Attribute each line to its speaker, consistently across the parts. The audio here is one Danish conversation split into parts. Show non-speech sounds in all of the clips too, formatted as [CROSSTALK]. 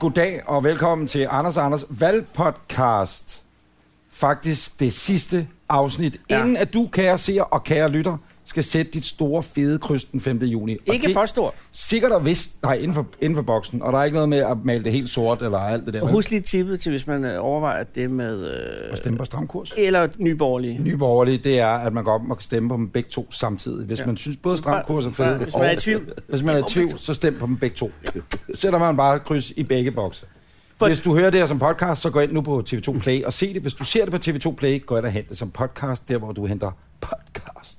Speaker 1: goddag og velkommen til Anders og Anders Valgpodcast. Faktisk det sidste afsnit, ja.
Speaker 2: Ja.
Speaker 1: inden at du, kære seer og kære lytter, skal sætte dit store fede kryds den 5. juni. Og
Speaker 2: Ikke
Speaker 1: det,
Speaker 2: for stort.
Speaker 1: Sikkert og vist, nej, inden for, inden for boksen, og der er ikke noget med at male det helt sort eller alt det der.
Speaker 2: Og husk lige tippet til, hvis man øh, overvejer det med... Øh,
Speaker 1: Og stemme på stram kurs.
Speaker 2: eller nyborgerlige.
Speaker 1: Nye borgerlige, det er, at man går op og kan stemme på dem begge to samtidig. Hvis ja. man synes både stram kurs er fed,
Speaker 2: Hvis man er i tvivl.
Speaker 1: Hvis man er i tvivl, så stem på dem begge to. Sætter man bare et kryds i begge bokse.
Speaker 2: For-
Speaker 1: Hvis du hører det her som podcast, så gå ind nu på TV2 Play og se det. Hvis du ser det på TV2 Play, gå ind og hent det som podcast, der hvor du henter podcast.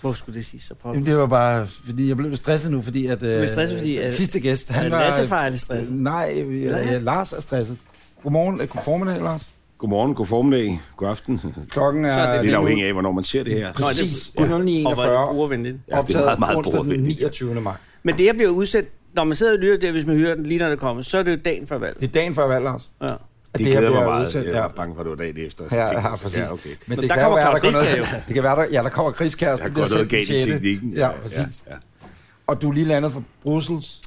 Speaker 2: Hvor skulle det sige så på?
Speaker 1: Jamen, det var bare, fordi jeg blev lidt stresset nu, fordi at... Øh,
Speaker 2: blev stresset, fordi, øh,
Speaker 1: sidste gæst,
Speaker 2: er
Speaker 1: han var...
Speaker 2: Lassefar, er lidt stresset?
Speaker 1: Nej, øh,
Speaker 2: Ja.
Speaker 1: øh, Lars er stresset. Godmorgen, øh, god formiddag, Lars.
Speaker 3: Godmorgen, god formiddag, god aften. Det
Speaker 1: Klokken er...
Speaker 2: Så er det
Speaker 3: er lidt afhængigt af, hvornår man ser det her.
Speaker 1: Præcis,
Speaker 2: Nå, det- Og hvor er det
Speaker 1: 09.41,
Speaker 2: brugervenligt.
Speaker 3: Ja, det er
Speaker 1: optaget
Speaker 3: meget, meget
Speaker 1: onsdag den
Speaker 3: brugervenligt, ja.
Speaker 1: 29. maj.
Speaker 2: Men det, jeg bliver udsendt, når man sidder og lytter det, hvis man hører den lige når det kommer, så er det jo dagen før valget.
Speaker 1: Det er dagen før valg, Lars.
Speaker 2: Ja.
Speaker 1: At
Speaker 3: Det, det glæder
Speaker 1: her
Speaker 3: mig
Speaker 1: bliver
Speaker 3: meget.
Speaker 1: udsendt,
Speaker 3: Jeg
Speaker 1: ja.
Speaker 3: var bange for, at det var dagen efter. så
Speaker 1: Ja,
Speaker 3: tænkte jeg,
Speaker 1: ja,
Speaker 3: så-
Speaker 1: præcis.
Speaker 3: Ja, okay.
Speaker 1: Men
Speaker 2: Nå,
Speaker 1: det
Speaker 2: der
Speaker 1: kan jo
Speaker 2: kommer
Speaker 1: være, der
Speaker 2: Claus
Speaker 1: går noget,
Speaker 2: Riskær
Speaker 1: det kan være, der, ja, der kommer krigskæreste.
Speaker 3: Der går noget galt i teknikken.
Speaker 1: Ja, præcis.
Speaker 3: Ja,
Speaker 1: Og du er lige landet fra Brussels.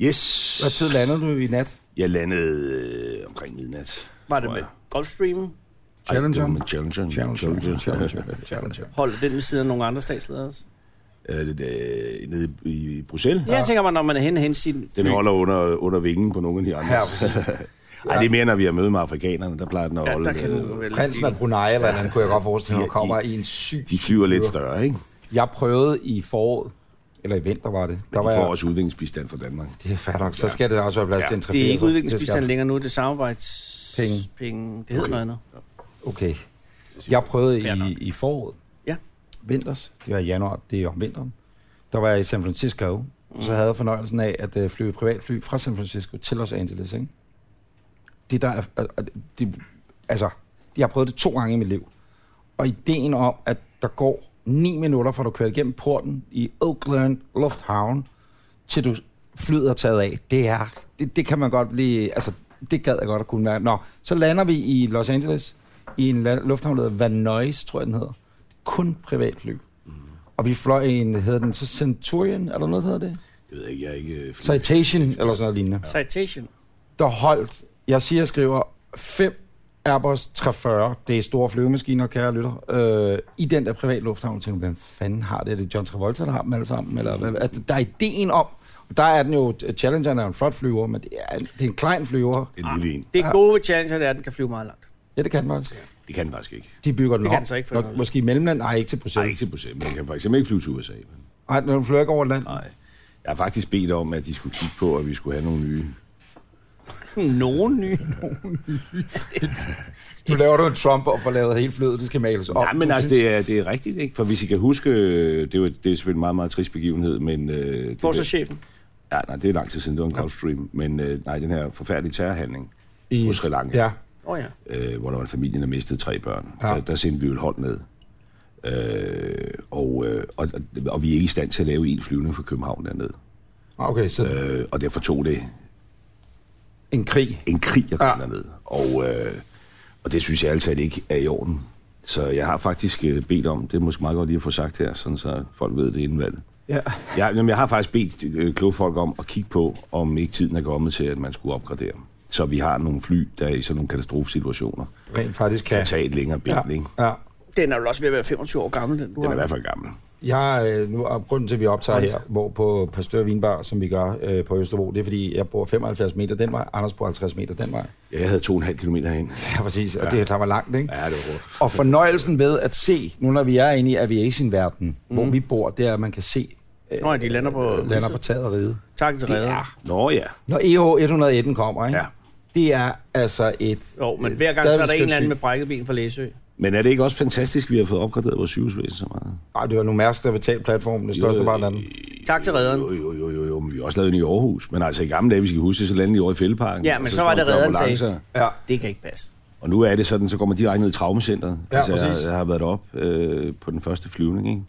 Speaker 3: ja. Yes,
Speaker 1: Hvad tid landede du i nat?
Speaker 3: jeg landede øh, omkring midnat.
Speaker 2: Var det
Speaker 3: tror
Speaker 2: med
Speaker 3: jeg.
Speaker 2: Golfstreamen?
Speaker 3: Ej, det var
Speaker 1: Challenger?
Speaker 3: med Challenger.
Speaker 1: Challenger,
Speaker 3: Challenger. [LAUGHS]
Speaker 1: challenger, challenger.
Speaker 2: Holder den ved siden af nogle andre statsledere også?
Speaker 3: Er det der, nede i i Bruxelles?
Speaker 2: Ja. Jeg tænker mig, når man er henne hen sin...
Speaker 3: Den holder under, under vingen på nogle af de andre.
Speaker 1: Ja, præcis.
Speaker 3: [LAUGHS] Ej, det er mere, når vi har møde med afrikanerne. Der plejer den at
Speaker 2: Ja,
Speaker 3: holde.
Speaker 2: der kan
Speaker 3: øh,
Speaker 2: du vel...
Speaker 1: Prinsen af Brunei eller andet, kunne jeg godt forestille mig,
Speaker 3: De-
Speaker 1: kommer i en syg...
Speaker 3: de flyver lidt større, ikke?
Speaker 1: Jeg prøvede i foråret, eller i vinter var det. Der
Speaker 3: De
Speaker 1: var
Speaker 3: får
Speaker 1: jeg,
Speaker 3: også udviklingsbistand fra Danmark.
Speaker 1: det er fair nok. Så skal det også være plads til en 3
Speaker 2: Det er ikke udviklingsbistand længere nu, det er samarbejds...
Speaker 1: Penge.
Speaker 2: Penge. Det hedder noget andet.
Speaker 1: Okay. Jeg prøvede
Speaker 2: Fair nok.
Speaker 1: i, i foråret.
Speaker 2: Ja.
Speaker 1: Vinters. Det var i januar. Det er om vinteren. Der var jeg i San Francisco. Og
Speaker 2: Mm.
Speaker 1: så havde jeg fornøjelsen af at øh, flyve privatfly fra San Francisco til Los Angeles. Ikke? Det der er, er- er- det, altså, jeg har prøvet det to gange i mit liv. Og ideen om, at der går 9 minutter, fra du kører igennem porten i Oakland Lufthavn, til du flyder taget af, det er, det, det kan man godt blive, altså, det gad jeg godt at kunne være. Nå, så lander vi i Los Angeles, i en la- lufthavn, der hedder Vanoise, tror jeg, den hedder. Kun privatfly. Mm. Og vi fløj i en, hedder den så Centurion, eller noget, der hedder det?
Speaker 3: Det ved jeg ikke, jeg er ikke... øh, fly-
Speaker 1: Citation, eller sådan noget lignende.
Speaker 2: Citation.
Speaker 1: Der holdt, jeg siger, jeg skriver, fem Airbus 340, det er store flyvemaskiner, kære lytter, øh, i den der private lufthavn, Jeg tænker, hvem fanden har det? Er det John Travolta, der har dem alle sammen? Eller, hvad, altså, der er ideen om, og der er den jo, Challenger er jo en flot flyver, men det er, en- det er en klein flyver.
Speaker 3: Det er en lille en.
Speaker 2: Det gode ved Challenger det er, at den kan flyve meget langt.
Speaker 1: Ja, det kan den faktisk.
Speaker 3: Det kan den faktisk ikke.
Speaker 1: De bygger den
Speaker 2: Det kan
Speaker 1: op.
Speaker 2: den så ikke for
Speaker 1: Nå,
Speaker 2: noget.
Speaker 1: måske i mellemland? Nej, ikke til
Speaker 3: Nej, ikke
Speaker 1: Bruxelles.
Speaker 3: til Bruxelles. men Man kan for eksempel ikke flyve til USA. men-
Speaker 1: Nej, den flyver ikke over land.
Speaker 3: Nej. Jeg har faktisk bedt om, at de skulle kigge på, at vi skulle have nogle nye.
Speaker 2: Nogen nye.
Speaker 1: Nu laver du en Trump og får lavet hele flyet, det skal males op.
Speaker 3: Nej, men
Speaker 1: Du
Speaker 3: altså,
Speaker 1: synes-
Speaker 3: det er, det er rigtigt, ikke? For hvis I kan huske, øh, det, var, det er selvfølgelig en meget, meget trist begivenhed, men... Øh,
Speaker 2: [LAUGHS]
Speaker 3: det-
Speaker 2: Forsvarschefen.
Speaker 3: Ja, nej, det er lang tid siden, det var en Gulfstream. Men øh, nej, den her forfærdelige terrorhandling
Speaker 1: I-
Speaker 3: I... på Sri Lanka,
Speaker 1: Ja,
Speaker 2: Åh oh, ja.
Speaker 3: øh, hvor der var en familie, der mistede tre børn.
Speaker 1: Ja.
Speaker 3: Ja. Der, der sendte vi jo et hold ned. Øh, og, øh, og, og, og vi er ikke i stand til at lave en flyvning fra København dernede.
Speaker 1: Ah, okay, så
Speaker 3: Øh, og derfor tog det
Speaker 1: en krig.
Speaker 3: en krig at komme
Speaker 1: Ja.
Speaker 3: ja. derned. Og, øh, og det synes jeg altså ikke er i orden. Så jeg har faktisk øh, bedt om, det er måske meget godt lige at få sagt her, sådan så folk ved det inden valget.
Speaker 1: Ja.
Speaker 3: Jeg, jamen, jeg har faktisk bedt øh, kloge folk om at kigge på, om ikke tiden er kommet til, at man skulle opgradere. Så vi har nogle fly, der i sådan nogle katastrofesituationer
Speaker 1: Rent faktisk
Speaker 3: kan
Speaker 1: kan.
Speaker 3: tage et længere ben. Ja. Ikke?
Speaker 1: Ja, ja.
Speaker 2: Den er jo også ved at være 25 år gammel, den du
Speaker 3: Den er i
Speaker 2: har.
Speaker 3: hvert fald gammel.
Speaker 1: Jeg, øh, nu, og grunden til, at vi optager her, hvor på Pastør Vinbar, som vi gør øh, på Østerbro, det er, fordi jeg bor 75 meter den vej, Anders bor 50 meter den vej.
Speaker 3: Ja, jeg havde to og en halv kilometer hen.
Speaker 1: Ja, præcis, og det tager mig langt, ikke?
Speaker 3: Ja, det var hårdt.
Speaker 1: Og fornøjelsen ved at se, nu når vi er inde i aviation-verden, mm. hvor vi bor, det er, at man kan se, øh,
Speaker 2: Nå, ja, de lander på...
Speaker 1: øh, lander på taget og ride.
Speaker 2: Tak til redder.
Speaker 3: Nå ja,
Speaker 1: Når E EH119 kommer, ikke?
Speaker 3: Ja.
Speaker 1: Det er altså et...
Speaker 2: Jo, men
Speaker 1: et
Speaker 2: hver gang så er der
Speaker 1: stadig
Speaker 2: en eller anden
Speaker 1: skønt
Speaker 2: med brækket ben fra Læsø.
Speaker 3: men er det ikke også fantastisk, at vi har fået opgraderet vores sygehusvæsen så meget?
Speaker 1: syn. Ej, det var nu Mærsk, der betalte platformen, det største bare den.
Speaker 2: Tak til redderen.
Speaker 1: Øh,
Speaker 3: Jo, jo, jo, jo, jo, men vi har også lavet den i Aarhus. Men altså i gamle dage, vi skal huske, så landede de over i Fældeparken.
Speaker 2: Ja, men
Speaker 3: Og
Speaker 2: så var
Speaker 3: står
Speaker 2: det
Speaker 3: der
Speaker 2: redderen
Speaker 3: ambulancer.
Speaker 2: sagde.
Speaker 1: Ja.
Speaker 2: Det kan ikke passe.
Speaker 3: Og nu er det sådan, så går man direkte ned i traumecenteret. Altså,
Speaker 1: Ja, præcis.
Speaker 3: jeg, jeg har været op øh, på den første flyvning, ikke?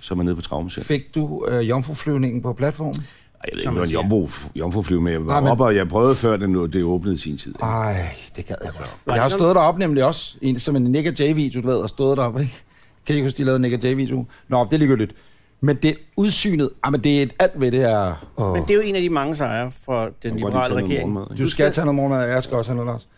Speaker 3: Så er man nede på traumecenteret.
Speaker 1: Fik du øh, jomfruflyvningen på platformen?
Speaker 3: Ej, Jeg ved
Speaker 2: Som
Speaker 3: ikke,
Speaker 2: man
Speaker 3: hvad en
Speaker 2: siger.
Speaker 3: jombo, jomfruflyve med. Jeg var
Speaker 1: Nej, men-
Speaker 3: oppe, og jeg prøvede før, den, det åbnede i sin tid. ikke?
Speaker 1: Ej, det gad jeg godt.
Speaker 2: Var
Speaker 1: Jeg har
Speaker 2: det
Speaker 1: stået deroppe nemlig også, en, som en Nick og Jay-video, du ved, og stået deroppe, ikke? Kan I ikke huske, de lavede en Nick og Jay-video? Nå, det er ligegyldigt. Men det er udsynet, ah, men det er et alt ved det her. Oh.
Speaker 2: Men det er jo en af de mange sejre for den liberale regering. Det
Speaker 1: Du skal tage noget morgenmad, og jeg skal også have noget Lars.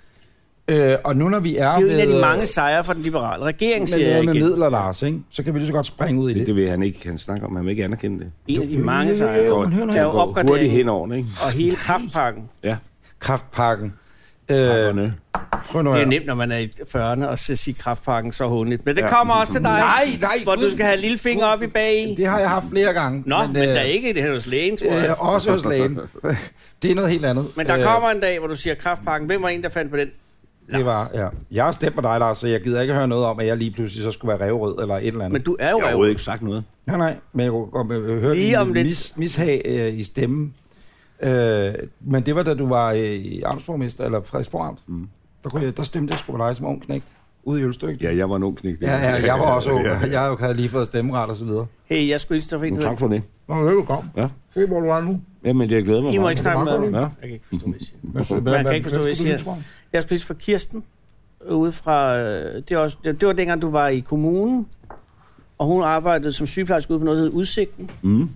Speaker 1: Øh, og nu når vi er,
Speaker 2: er jo en
Speaker 1: ved,
Speaker 2: af de mange sejre for den liberale regering,
Speaker 1: med,
Speaker 2: siger jeg
Speaker 1: noget med
Speaker 2: igen.
Speaker 1: midler, Lars, ikke? så kan vi lige så godt springe ud i det.
Speaker 3: Det, det vil han ikke. Han snakker om, han vil ikke anerkende det.
Speaker 2: En af de mange sejre.
Speaker 1: Jo, men hør nu
Speaker 2: Der er jo
Speaker 1: her.
Speaker 3: Går hurtigt
Speaker 2: opgradering
Speaker 3: hen over, den, ikke?
Speaker 2: og hele kraftpakken.
Speaker 3: Ja.
Speaker 1: Kraftpakken. Øh,
Speaker 3: Øh,
Speaker 1: prøv nu
Speaker 2: Det er
Speaker 1: her.
Speaker 2: jo nemt, når man er i 40'erne, og så sige kraftpakken så hundet. Men det kommer også til dig,
Speaker 1: Nej, nej,
Speaker 2: hvor
Speaker 1: Gud.
Speaker 2: du skal have lille finger op i bag.
Speaker 1: Det har jeg haft flere gange.
Speaker 2: Nå, men, men
Speaker 1: øh,
Speaker 2: der er ikke det her hos lægen, tror jeg.
Speaker 1: Øh, også hos
Speaker 2: [LAUGHS]
Speaker 1: lægen. Det er noget helt andet.
Speaker 2: Men der
Speaker 1: Øh,
Speaker 2: kommer en dag, hvor du siger kraftpakken. Hvem var en, der fandt på den?
Speaker 1: Det var, ja. Jeg har stemt på dig, Lars, så jeg gider ikke høre noget om, at jeg lige pludselig så skulle være revrød eller et eller andet.
Speaker 2: Men
Speaker 1: Men,
Speaker 2: du er jo
Speaker 3: jeg har
Speaker 2: rev.
Speaker 3: overhovedet ikke sagt noget.
Speaker 1: nej, nej, men jeg kunne godt øh, høre
Speaker 2: Lige
Speaker 1: din
Speaker 2: om lidt.
Speaker 1: mis, mishag øh, i stemmen. Øh, men det var, da du var øh, i Amtsborgmester, eller Frederiksborg Amt. Mm. Der, kunne jeg, der stemte jeg sgu på dig som ung knægt, ude i Ølstykket.
Speaker 3: Ja, jeg var en ung knæk.
Speaker 1: Ja, ja, jeg var også ung. Jeg havde jo- havde lige fået stemmeret og så videre.
Speaker 2: Hey, jeg skulle lige stå for en.
Speaker 3: Men tak for det.
Speaker 1: Nå, velkommen.
Speaker 3: Ja.
Speaker 1: Se, hvor du er nu.
Speaker 3: Jamen, jeg glæder mig
Speaker 2: I må
Speaker 3: meget.
Speaker 2: ikke snakke med
Speaker 1: meget
Speaker 2: mig.
Speaker 3: Ja.
Speaker 2: Jeg kan ikke forstå, hvad I siger.
Speaker 1: Hvad, hvad,
Speaker 2: kan ikke forstå, hvad I
Speaker 1: skulle du
Speaker 2: siger.
Speaker 1: hilse
Speaker 2: Jeg skulle lige for Kirsten ude fra... øh, Det, er også, det, det var dengang, du var i kommunen, og hun arbejdede som sygeplejerske ude på noget, der hed Udsigten.
Speaker 3: Mm.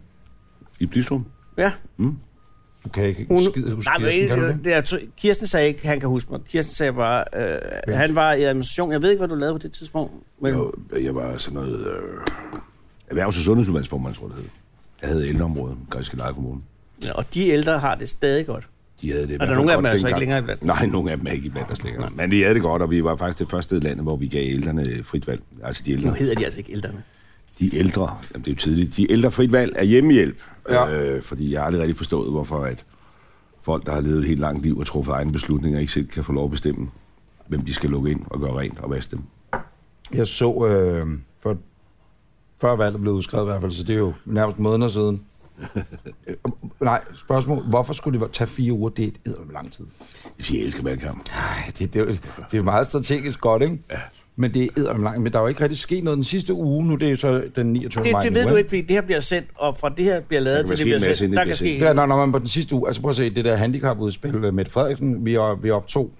Speaker 3: I Blistrup.
Speaker 2: Ja,
Speaker 1: fra? Du kan ikke
Speaker 2: hun...
Speaker 1: skide huske
Speaker 2: nej, men
Speaker 1: Kirsten, kan du
Speaker 2: det-
Speaker 1: det?
Speaker 2: det er to- Kirsten sagde ikke, han kan huske mig. Kirsten sagde bare, øh,
Speaker 1: Yes.
Speaker 2: han var i administration. Jeg ved ikke, hvad du lavede på det tidspunkt. Men,
Speaker 3: Jo, jeg var sådan noget... Øh, erhvervs- og sundhedsudvalgsformand, tror jeg, det hed. Jeg havde ældreområdet, Græske Lejekommune.
Speaker 2: Ja, og de ældre har det stadig godt.
Speaker 3: De havde det i
Speaker 2: Og
Speaker 3: hvert
Speaker 2: der er
Speaker 3: fald
Speaker 2: nogle af
Speaker 3: godt
Speaker 2: dem er altså ikke
Speaker 3: dengang.
Speaker 2: længere i blandt.
Speaker 3: Nej, nogle af dem er ikke i blandt os længere. Men de havde det godt, og vi var faktisk det første land, hvor vi gav ældrene frit valg. Altså de
Speaker 2: Nu
Speaker 3: ældre.
Speaker 2: hedder de altså ikke ældrene.
Speaker 3: De ældre, jamen det er jo tidligt, de ældre frit valg er hjemmehjælp.
Speaker 1: Ja.
Speaker 3: Øh, fordi jeg har aldrig rigtig forstået, hvorfor at folk, der har levet et helt langt liv og truffet egne beslutninger, ikke selv kan få lov at bestemme, hvem de skal lukke ind og gøre rent og vaske dem.
Speaker 1: Jeg så, øh, for, før valget blev udskrevet i hvert fald, så det er jo nærmest måneder [LAUGHS] siden. Øh, Nej, spørgsmål. Hvorfor skulle det tage fire uger? Det er et eddermame lang tid.
Speaker 3: Det siger, jeg elsker valgkamp.
Speaker 1: Nej, det, det, er jo- det er jo meget strategisk godt, ikke? Ja. Men det er eddermame lang. Men der er jo ikke rigtig sket noget den sidste uge. Nu det er jo så den 29.
Speaker 2: Det,
Speaker 1: maj.
Speaker 2: det
Speaker 1: nu,
Speaker 2: ved du ikke, fordi det her bliver sendt, og fra det her bliver
Speaker 3: Der
Speaker 2: lavet
Speaker 3: kan
Speaker 2: til
Speaker 3: ske
Speaker 2: det bliver
Speaker 3: en masse,
Speaker 2: sendt.
Speaker 3: inden
Speaker 2: Der
Speaker 3: det
Speaker 2: kan ske...
Speaker 3: bliver
Speaker 1: Ja, når, når man på den sidste uge, altså prøv at se det der handicapudspil øh, Mette Frederiksen, vi, er, vi optog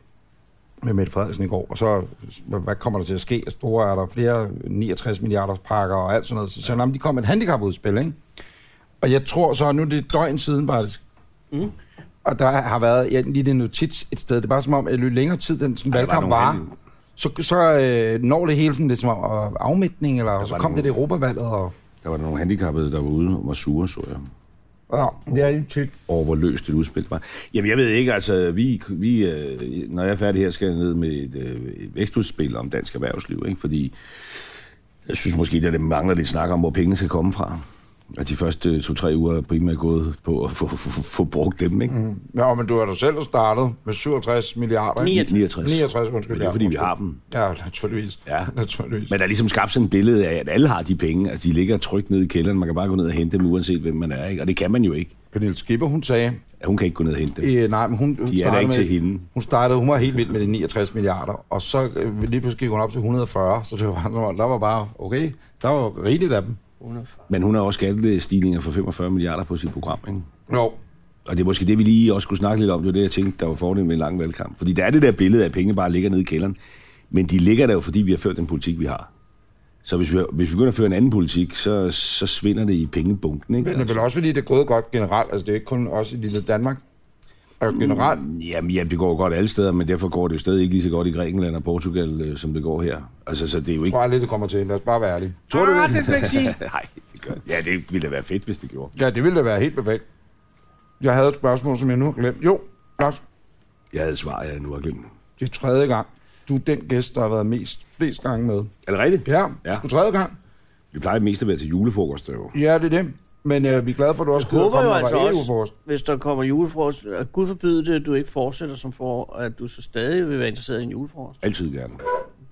Speaker 1: med Mette Frederiksen i går, og så, hvad- hvad kommer der til at ske? Altså, Store er der flere 69 milliarders pakker og alt sådan noget. Så, så jamen, de kom med et handicapudspil, ikke? Og jeg tror så, nu er det et døgn siden faktisk,
Speaker 2: Mm.
Speaker 1: og der har været ja, lige det notits et sted. Det er bare som om, at jo længere tid den sådan,
Speaker 3: Ej, der var
Speaker 1: valgkamp
Speaker 3: nogle
Speaker 1: var,
Speaker 3: handi-
Speaker 1: så, så øh, når det hele sådan lidt som om, øh, afmætning, eller og så
Speaker 3: var
Speaker 1: kom det
Speaker 3: nogle-
Speaker 1: det Europavalget, og
Speaker 3: Der var der nogle handicappede, der var ude og var sure, så jeg.
Speaker 1: ja, det er lidt tykt.
Speaker 3: over, hvor løst et udspil var. Jamen, jeg ved ikke, altså, vi, vi, øh, når jeg er færdig her, skal jeg ned med et, øh, et vækstudspil om dansk erhvervsliv, ikke? fordi jeg synes måske, at det mangler lidt snak om, hvor pengene skal komme fra. Og de første øh, to-tre uger er primært gået på at få, få, få, få brugt dem, ikke? Mm.
Speaker 1: Ja, men du har da selv startet med 67 milliarder. ikke?
Speaker 2: 69.
Speaker 1: 69, undskyld.
Speaker 3: Men det er,
Speaker 1: ja,
Speaker 3: fordi vi
Speaker 1: undskyld.
Speaker 3: har dem.
Speaker 1: Ja, naturligvis.
Speaker 3: Ja.
Speaker 1: naturligvis.
Speaker 3: Men der er ligesom skabt sådan et billede af, at alle har de penge. Altså, de ligger trygt nede i kælderen. Man kan bare gå ned og hente dem, uanset hvem man er, ikke? Og det kan man jo ikke.
Speaker 1: Pernille Skipper, hun sagde,
Speaker 3: Ja, Hun kan ikke gå ned og hente dem.
Speaker 1: øh, nej, men hun, hun
Speaker 3: De er der
Speaker 1: startede
Speaker 3: ikke
Speaker 1: med,
Speaker 3: til hende.
Speaker 1: Hun startede, hun var helt vild med de 69 milliarder, og så øh, lige pludselig gik hun op til 140, så det var, der var- der var bare, okay, der var rigeligt af dem.
Speaker 3: Men hun har også skattestigninger for 45 milliarder på sit program, ikke?
Speaker 1: Jo,
Speaker 3: Og det er måske det, vi lige også skulle snakke lidt om. Det var det, jeg tænkte, der var fordelen ved en lang valgkamp. Fordi der er det der billede af, at pengene bare ligger nede i kælderen. Men de ligger der jo, fordi vi har ført den politik, vi har. Så hvis vi, hvis vi begynder at føre en anden politik, så, så svinder det i pengebunken, ikke? Altså,
Speaker 1: men det er vel også fordi, det er gået godt generelt, altså det er ikke kun også i lille Danmark. Og generelt,
Speaker 3: Jamen, ja, det går jo godt alle steder, men derfor går det jo stadig ikke lige så godt i Grækenland og Portugal, øh, som det går her. Altså, så det er jo ikke...
Speaker 1: tror jeg lidt, det kommer til, lad os bare være ærlige.
Speaker 2: Tror du ah, det? skal du ikke
Speaker 3: [LAUGHS]
Speaker 2: sige.
Speaker 3: Nej, det gør Ja, det ville da være fedt, hvis det gjorde.
Speaker 1: Ja, det ville da være helt perfekt. Jeg havde et spørgsmål, som jeg nu har glemt. Jo, Lars,
Speaker 3: Jeg havde et svar, jeg nu har glemt.
Speaker 1: Det er tredje gang. Du er den gæst, der har været mest flest gange med.
Speaker 3: Er det rigtigt?
Speaker 1: Ja,
Speaker 3: Ja.
Speaker 1: ja. du er tredje gang.
Speaker 3: Vi plejer mest at være til julefrokost, det er jo.
Speaker 1: Ja, det er det. Men øh, vi er glade for, at du også
Speaker 2: Jeg håber jo
Speaker 1: og
Speaker 2: altså
Speaker 1: var
Speaker 2: også,
Speaker 1: EU-forrest.
Speaker 2: hvis der kommer julefrokost, at Gud forbyde det, at du ikke fortsætter som for, at du så stadig vil være interesseret i en julefrokost.
Speaker 3: Altid gerne.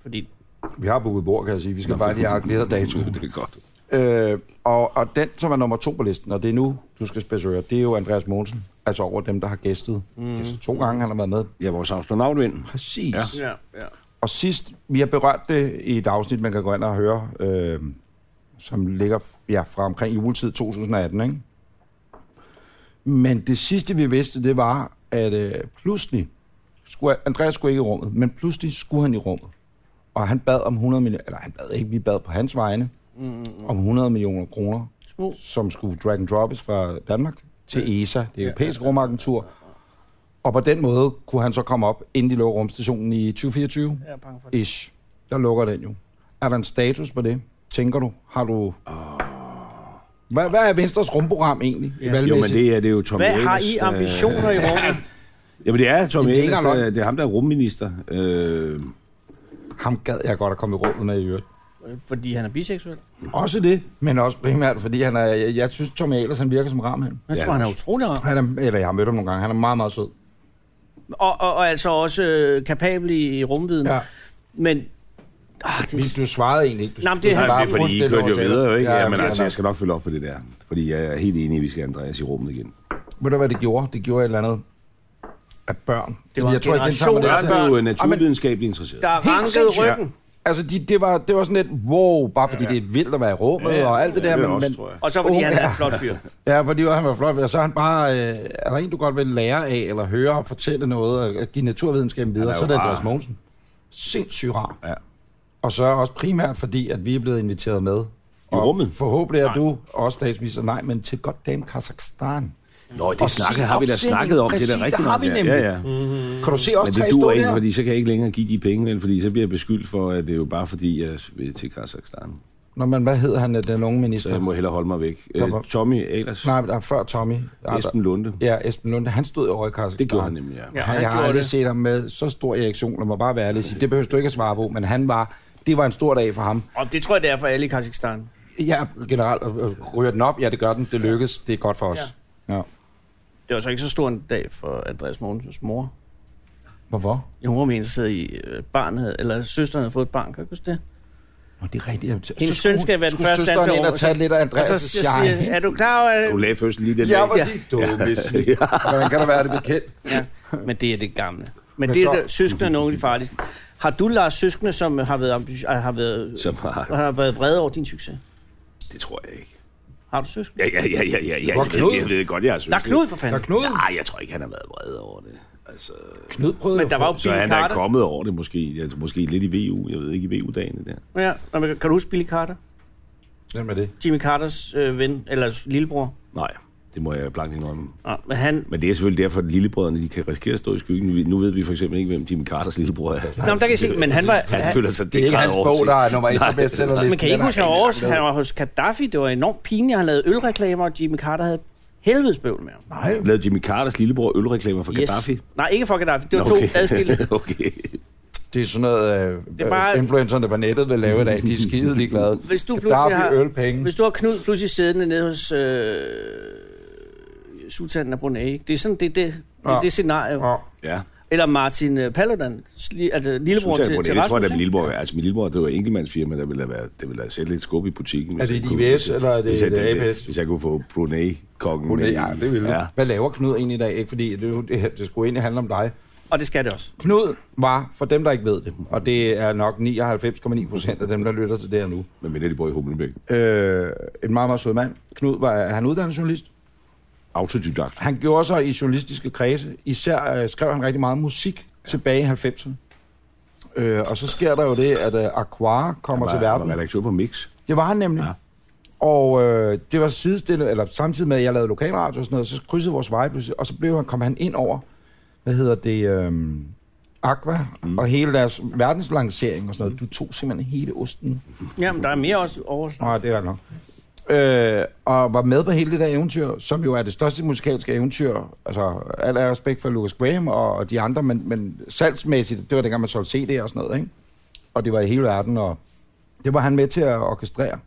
Speaker 2: Fordi
Speaker 1: Vi har booket bord, kan jeg sige. Vi skal bare lige have glædet dato.
Speaker 3: [LAUGHS] det er godt.
Speaker 1: Øh, og, og den, som er nummer to på listen, og det er nu, du skal spesøre, det er jo Andreas Mogensen. Altså over dem, der har gæstet. Mm. Det er så to gange, han har været med.
Speaker 3: Ja, vores astronautvind.
Speaker 1: Præcis.
Speaker 3: Ja.
Speaker 2: ja, ja.
Speaker 1: Og sidst, vi har berørt det i et afsnit, man kan gå ind og høre, øh, som ligger ja, fra omkring juletid 2018, ikke? Men det sidste, vi vidste, det var, at øh, pludselig, skulle, Andreas skulle ikke i rummet, men pludselig skulle han i rummet. Og han bad om 100 millioner, eller han bad ikke, vi bad på hans vegne, mm, om 100 millioner kroner
Speaker 2: Mm.
Speaker 1: som skulle drag and droppes fra Danmark til ESA, det
Speaker 2: ja,
Speaker 1: europæiske
Speaker 2: ja, ja.
Speaker 1: rumagentur. Og på den måde kunne han så komme op, inden de lukker rumstationen i 2024.
Speaker 2: Jeg er bange for det.
Speaker 1: Ish. Der lukker den jo. Er der en status på det? Tænker du? Har du...
Speaker 3: Ah.
Speaker 1: Hvad, hvad er Venstres rumprogram egentlig?
Speaker 2: Ja.
Speaker 1: Ja.
Speaker 3: Jo, men det er, det er jo Tom
Speaker 2: Hvad har
Speaker 3: Ahlers,
Speaker 2: I
Speaker 3: der-
Speaker 2: ambitioner i
Speaker 3: [LAUGHS]
Speaker 2: rummet?
Speaker 3: Jamen, det er Tom
Speaker 1: Det er ikke
Speaker 3: Ahlers,
Speaker 1: engang
Speaker 3: der- det er ham, der er rumminister. Øh,
Speaker 1: Ham gad jeg godt at komme i rummet med i øvrigt.
Speaker 2: Fordi han er biseksuel.
Speaker 1: Også det, men også primært, fordi han er, jeg, jeg synes, Tommy Ahlers, han virker som ram. Han.
Speaker 2: Jeg
Speaker 3: Ja.
Speaker 2: tror, han er utrolig rar.
Speaker 1: han er, eller jeg har mødt ham nogle gange, han er meget, meget sød.
Speaker 2: Og, og, og altså også øh, kapabel i rumviden. Ja.
Speaker 1: Ja.
Speaker 2: Men ah, det
Speaker 1: Men
Speaker 2: er
Speaker 1: du svarede egentlig ikke. Du,
Speaker 2: Nå, men det er
Speaker 1: du
Speaker 3: Nej,
Speaker 2: hans-
Speaker 1: bare
Speaker 3: det er fordi, I
Speaker 1: fuldstændig
Speaker 3: kørte jo
Speaker 1: over til
Speaker 3: videre, jo
Speaker 1: os.
Speaker 3: ikke? Ja, men
Speaker 1: det er
Speaker 3: altså, jeg
Speaker 1: nok.
Speaker 3: skal nok følge op på det der. Fordi jeg er helt enig, i, at vi skal have Andreas i rummet igen.
Speaker 1: Ved du, hvad det gjorde? Det gjorde et eller andet af børn.
Speaker 2: Det var
Speaker 1: jeg tror ikke, den
Speaker 2: generation
Speaker 1: sammen,
Speaker 2: af
Speaker 3: Børn
Speaker 2: børn.
Speaker 1: det
Speaker 3: er jo
Speaker 2: Ah,
Speaker 3: øh, naturvidenskabeligt interesseret.
Speaker 2: der er
Speaker 1: Helt
Speaker 2: ranket
Speaker 1: sindssygt.
Speaker 2: ryggen.
Speaker 1: Altså, de, det, var, det var sådan lidt, wow, bare fordi ja, ja. det er vildt at være i rummet ja, ja. og alt det der.
Speaker 3: Det
Speaker 1: men,
Speaker 3: vil jeg også,
Speaker 1: men,
Speaker 3: tror jeg.
Speaker 2: Og så fordi
Speaker 1: Oh,
Speaker 2: han er
Speaker 1: ja.
Speaker 2: en flot fyr.
Speaker 1: [LAUGHS] Ja, fordi han var flot, og så er han bare, øh, er der en, du godt vil lære af, eller høre og fortælle noget, og give naturvidenskaben videre,
Speaker 3: er
Speaker 1: så
Speaker 3: jo
Speaker 1: er det
Speaker 3: rar.
Speaker 1: Andreas Mogensen. Sindssygt rar.
Speaker 3: Ja.
Speaker 1: Og så også primært fordi, at vi er blevet inviteret med.
Speaker 3: I
Speaker 1: Og
Speaker 3: rummet?
Speaker 1: Forhåbentlig er du også statsminister, nej, men til godt dame Kazakhstan.
Speaker 3: Nå,
Speaker 1: Og
Speaker 3: det snakker,
Speaker 1: se
Speaker 3: har vi da
Speaker 1: opsætningen.
Speaker 3: snakket om. det
Speaker 1: Præcis,
Speaker 3: er da rigtig
Speaker 1: det har
Speaker 3: nok,
Speaker 1: vi
Speaker 3: ja.
Speaker 1: nemlig.
Speaker 3: Ja, ja.
Speaker 1: Kan du se også
Speaker 3: Men
Speaker 1: tre
Speaker 3: det
Speaker 1: stå
Speaker 3: duer
Speaker 1: der?
Speaker 3: ikke, fordi så kan jeg ikke længere give de penge, vel? Fordi så bliver jeg beskyldt for, at det er jo bare fordi, jeg vil til Kazakhstan.
Speaker 1: Nå, men hvad hed han, den unge
Speaker 3: Så
Speaker 1: minister?
Speaker 3: jeg må hellere holde mig væk.
Speaker 1: Der
Speaker 3: Øh,
Speaker 1: var-
Speaker 3: Tommy Ahlers,
Speaker 1: Nej, der er før Tommy. Der er-
Speaker 3: Esben Lunde.
Speaker 1: Ja, Esben Lunde, han stod over i Kazakhstan.
Speaker 3: Det gjorde han nemlig, ja.
Speaker 2: Ja,
Speaker 1: Ja,
Speaker 2: han
Speaker 1: han, jeg har
Speaker 2: gjorde
Speaker 1: aldrig
Speaker 2: det.
Speaker 1: det. set ham med så stor reaktion, lad mig bare være ærlig og sige. Det behøver du ikke at svare på, men han var, det var en stor dag for ham.
Speaker 2: Og det tror jeg, det er for alle i Kazakhstan.
Speaker 1: Ja, generelt, øh, øh, ryger den op, ja det gør den, det lykkes, det er godt for os. Ja. ja.
Speaker 2: Det var så ikke så stor en dag for Andreas Mogensens mor.
Speaker 1: Hvorfor?
Speaker 2: Ja, hun var mere interesseret i øh, barnet, eller søsteren havde fået et barn, kan du huske det?
Speaker 1: Nå, det er rigtigt. jeg-
Speaker 2: Hendes
Speaker 1: Så
Speaker 2: søn
Speaker 1: skulle-
Speaker 2: skal være den
Speaker 1: skulle
Speaker 2: første
Speaker 1: søsteren
Speaker 2: dansker
Speaker 1: ind
Speaker 2: over,
Speaker 1: og tage lidt af
Speaker 2: Og
Speaker 1: Andreas'
Speaker 2: så
Speaker 1: og
Speaker 2: siger jeg, er du klar over
Speaker 3: Hun
Speaker 2: at...
Speaker 3: lagde først lige den
Speaker 1: Ja,
Speaker 3: der. [LAUGHS]
Speaker 1: præcis. Du ja. Hvordan kan der være det bekendt?
Speaker 2: Ja, men det er det gamle.
Speaker 1: Men
Speaker 2: Men det er
Speaker 1: så-
Speaker 2: det, søskende er nogle af de farligste. Har du, Lars, søskende, som har været, ambi- har været,
Speaker 3: Som har,
Speaker 2: har været vrede over din succes?
Speaker 3: det tror jeg ikke.
Speaker 2: Har du søskende?
Speaker 3: Ja, ja, ja, ja, ja, ja.
Speaker 1: Hvor
Speaker 3: Jeg,
Speaker 1: Knud?
Speaker 3: ved, jeg ved godt, jeg har
Speaker 2: Der er
Speaker 3: søgt
Speaker 2: Knud for
Speaker 1: Der er
Speaker 2: fanden.
Speaker 1: Knud.
Speaker 3: Nej, jeg tror ikke, han har været vred over det. Altså,
Speaker 1: Knud prøvede
Speaker 2: Men
Speaker 1: jo
Speaker 2: der
Speaker 1: at
Speaker 2: var
Speaker 1: få-
Speaker 2: jo
Speaker 3: så er
Speaker 2: Billy
Speaker 3: han der er
Speaker 2: Carter.
Speaker 3: kommet over det måske. Ja, måske lidt i VU. Jeg ved ikke, i VU-dagene der.
Speaker 2: Ja, Nå, men kan du huske Billy Carter?
Speaker 1: Hvem er det?
Speaker 2: Jimmy Carters øh, ven, eller lillebror.
Speaker 3: Nej, det må jeg blankt indrømme.
Speaker 2: Ja, men han,
Speaker 3: Men det er selvfølgelig derfor, at lillebrødrene de kan risikere at stå i skyggen. Vi- Nu ved vi for eksempel ikke, hvem Jimmy Carters lillebror er.
Speaker 2: Nå, men der kan I se, men han var...
Speaker 3: Han
Speaker 2: Han,
Speaker 3: føler sig
Speaker 1: Det er ikke hans bog, der er nummer et på bestsellerlisten.
Speaker 2: men kan I ikke
Speaker 1: Den
Speaker 2: huske,
Speaker 1: har
Speaker 2: at
Speaker 1: ingen
Speaker 2: også,
Speaker 1: gang
Speaker 2: han
Speaker 1: lavet.
Speaker 2: var hos Gaddafi, det var enormt pinligt, han lavede ølreklamer, og Jimmy Carter havde helvedes bøvl med ham.
Speaker 3: Nej. Lavede Jimmy Carters lillebror ølreklamer for Gaddafi?
Speaker 2: Nej, ikke for Gaddafi, det var
Speaker 3: Nå,
Speaker 2: to adskilte.
Speaker 3: [LAUGHS] okay.
Speaker 1: Det er sådan noget, øh,
Speaker 2: Det er bare-
Speaker 1: øh, influencerne på nettet vil lave i dag. De er skide ligeglade.
Speaker 2: Hvis du pludselig
Speaker 1: Gaddafi,
Speaker 2: har,
Speaker 1: ølpenge.
Speaker 2: Hvis du har Knud pludselig siddende nede hos øh, sultanen af Brunei, ikke? det er sådan, det, det, det, ja.
Speaker 1: Ja.
Speaker 2: det scenarie. Ja.
Speaker 1: Åh,
Speaker 3: Ja.
Speaker 2: Eller Martin øh, Paludan, sli, altså lillebror
Speaker 3: Sultan
Speaker 2: til,
Speaker 3: Brunel,
Speaker 2: til
Speaker 3: jeg
Speaker 2: Rasmus.
Speaker 3: tror, at min
Speaker 2: ikke?
Speaker 3: lillebror, altså min lillebror, det var enkeltmandsfirma, der ville have, været, det ville have sat lidt skub i butikken. hvis
Speaker 1: Er det
Speaker 3: jeg
Speaker 1: et
Speaker 3: kunne-
Speaker 1: IBS, eller er det
Speaker 3: hvis jeg,
Speaker 1: et
Speaker 3: det-
Speaker 1: ABS?
Speaker 3: Hvis jeg kunne få Brunei-kokken
Speaker 1: Hun
Speaker 3: med
Speaker 1: er,
Speaker 3: i-
Speaker 1: ja, det vil ja.
Speaker 3: Ja.
Speaker 1: Hvad laver Knud egentlig i dag? Ikke fordi det, er jo- det, det skulle egentlig handle om dig.
Speaker 2: Og det skal det også.
Speaker 1: Knud var, for dem der ikke ved det, og det er nok 99,9 procent af dem, der lytter til det her nu,
Speaker 3: Men mindre de bor i Hummelbæk.
Speaker 1: øh, en meget, meget sød mand. Knud var han er uddannet journalist.
Speaker 3: Autodidakt.
Speaker 1: Han gjorde sig i journalistiske kredse. Især øh, skrev han rigtig meget musik tilbage i 90'erne. Øh, og så sker der jo det, at øh, Aqua kommer
Speaker 3: var,
Speaker 1: til verden.
Speaker 3: var redaktør på Mix.
Speaker 1: øh, Det var han nemlig.
Speaker 3: Ja.
Speaker 1: Ja. Og øh, det var sidestillet, eller samtidig med, at jeg lavede lokalradio og sådan noget, så krydsede vores veje pludselig, og så blev han, kom han ind over, hvad hedder det, øh, Aqua, mm. og hele deres verdenslancering og sådan noget. Du tog simpelthen hele osten.
Speaker 2: Jamen, der er mere også over.
Speaker 1: Nej, det er rigtigt nok. Øh, og var med på hele det der eventyr, som jo er det største musikalske eventyr. Altså, al er respekt for Lucas Graham og, og de andre, men, men salgsmæssigt, det var dengang, man solgte CD'er og sådan noget, ikke? Og det var i hele verden, og det var han med til at orkestrere. Det var,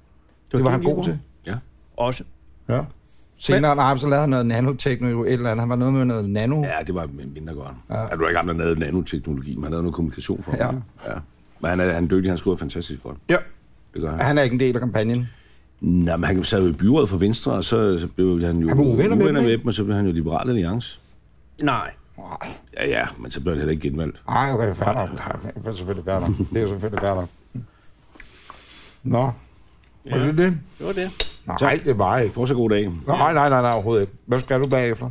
Speaker 1: det var
Speaker 2: din
Speaker 1: han god
Speaker 2: livret.
Speaker 1: til.
Speaker 2: Også.
Speaker 1: Ja. Senere, nej, så lavede han noget nanoteknologi, et eller andet. Han var noget med noget nano. Ja.
Speaker 3: Ja, det var mindre godt. Ja. Altså, det var ikke ham, der lavede nanoteknologi, men han lavede noget kommunikation for
Speaker 1: Ja.
Speaker 3: ham. Ja. Men han er, han er dygtig, han skriver fantastisk for det.
Speaker 1: ja.
Speaker 3: Det gør han.
Speaker 1: Han er ikke en del af kampagnen.
Speaker 3: Nå, men han sad jo i byrådet for Venstre, og så, så blev han jo
Speaker 1: Han blev uvenner med dem, ikke?
Speaker 3: dem, og så blev han jo Liberal Alliance.
Speaker 2: Nej.
Speaker 1: Nej,
Speaker 3: Ja, ja, men så blev han heller ikke genvalgt.
Speaker 1: Ej, okay, fair nok. Nej, Det er selvfølgelig fair nok. Det er jo selvfølgelig fair nok. Nå, var
Speaker 2: Ja.
Speaker 1: det det?
Speaker 2: Det var det.
Speaker 1: Nej, det var ikke.
Speaker 3: Fortsat god dag.
Speaker 1: Nej, nej, nej, nej, overhovedet ikke. Hvad skal du bagefter?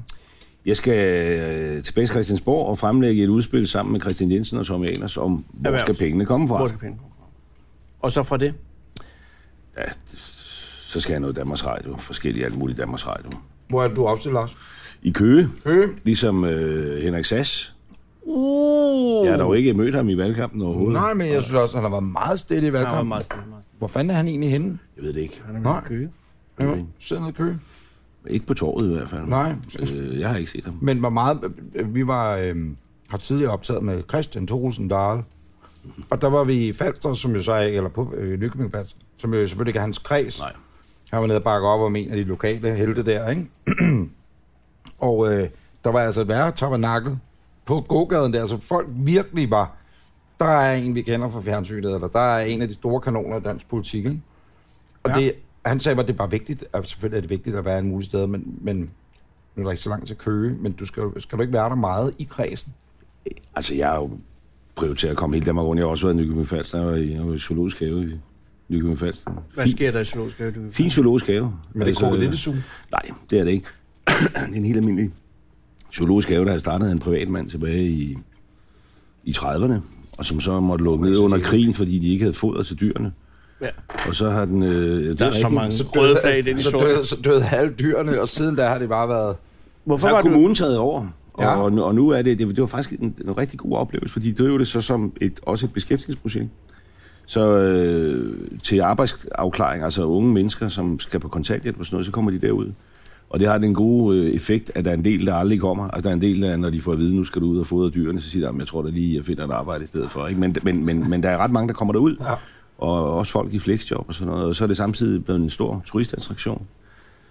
Speaker 3: Jeg skal øh, tilbage til Christiansborg og fremlægge et udspil sammen med Christian Jensen og Tom Ahlers om, hvor
Speaker 2: Erhvervs.
Speaker 3: skal pengene komme fra.
Speaker 2: Hvor skal penge komme fra? Og så fra det.
Speaker 3: Ja, så skal jeg noget Danmarks Radio, forskellige alt muligt Danmarks Radio.
Speaker 1: Hvor er det, du opstillet, Lars?
Speaker 3: I Køge,
Speaker 1: Køge?
Speaker 3: ligesom øh, Henrik Sass.
Speaker 1: Uh.
Speaker 3: Jeg har dog ikke mødt ham i valgkampen overhovedet.
Speaker 1: Nej, men jeg synes også, at han har været meget stille i
Speaker 2: Han var
Speaker 1: valgkampen.
Speaker 2: meget stille. meget stille.
Speaker 1: Hvor fanden er han egentlig henne?
Speaker 3: Jeg ved det ikke.
Speaker 2: Han er
Speaker 1: Nej.
Speaker 2: meget køge.
Speaker 1: Jo, sidder nede i kø.
Speaker 3: Ikke på torvet i hvert fald.
Speaker 1: Nej.
Speaker 3: Øh, jeg har ikke set ham.
Speaker 1: Men hvor meget... Vi var, øh, har tidligere optaget med Christian Thorsen Dahl. Og der var vi i Falster, som jo så er, eller på øh, Nykøbing Falster, som jo selvfølgelig ikke er hans kreds.
Speaker 3: Nej.
Speaker 1: Han var nede og bakke op om en af de lokale helte der, ikke? [CLEARS THROAT] og øh, der var altså et værre tabernakkel på gågaden der, så folk virkelig var, der er en, vi kender fra fjernsynet, eller der er en af de store kanoner i dansk politik, ikke? Og
Speaker 2: Ja.
Speaker 1: ja. det, han sagde bare, det er bare vigtigt, og selvfølgelig er det vigtigt at være en mulig sted, men, men nu er der ikke så langt til Køge, men du skal, jo- skal du ikke være der meget i kredsen?
Speaker 3: Altså, jeg har jo prioriteret at komme hele Danmark rundt. Jeg har også været i Nykøbing Falster. Jeg var i- jeg var i zoologisk have i Nykøbing Falster.
Speaker 2: Hvad
Speaker 3: Fin-
Speaker 2: sker der i zoologisk have? du?
Speaker 3: Fin zoologisk have. altså,
Speaker 1: Men det er krokodillesuge.
Speaker 3: Nej, det er det ikke. [CLEARS THROAT] det er en helt almindelig zoologisk have, der er startet af en privatmand tilbage i, i 30'erne, og som så måtte lukke ned under krigen, fordi de ikke havde foder til dyrene.
Speaker 2: Ja.
Speaker 3: Og så har den... Øh, det
Speaker 2: Der er så mange røde flag i den
Speaker 1: så
Speaker 2: historie.
Speaker 1: døde, så døde alle dyrene, og siden da har det bare været...
Speaker 2: Hvorfor
Speaker 3: Der
Speaker 2: var
Speaker 3: har
Speaker 2: du...
Speaker 3: kommunen taget over. Og,
Speaker 1: Ja.
Speaker 3: ja. og, nu, og nu er det, det, det var faktisk en, en rigtig god oplevelse, fordi de drev det så som et, også et beskæftigelsesprojekt. Så øh, til arbejdsafklaring, altså unge mennesker, som skal på kontanthjælp og sådan noget, så kommer de derud. Og det har den gode øh, effekt, at der er en del, der aldrig kommer. Altså, der er en del, der, når de får at vide, nu skal du ud og fodre dyrene, så siger de, "Jamen, jeg tror da lige, jeg finder et arbejde i stedet for. Ikke? Men, men, men, men der er ret mange, der kommer derud.
Speaker 1: Ja.
Speaker 3: Og også folk i flexjob og sådan noget. Og så er det samtidig blevet en stor turistattraktion.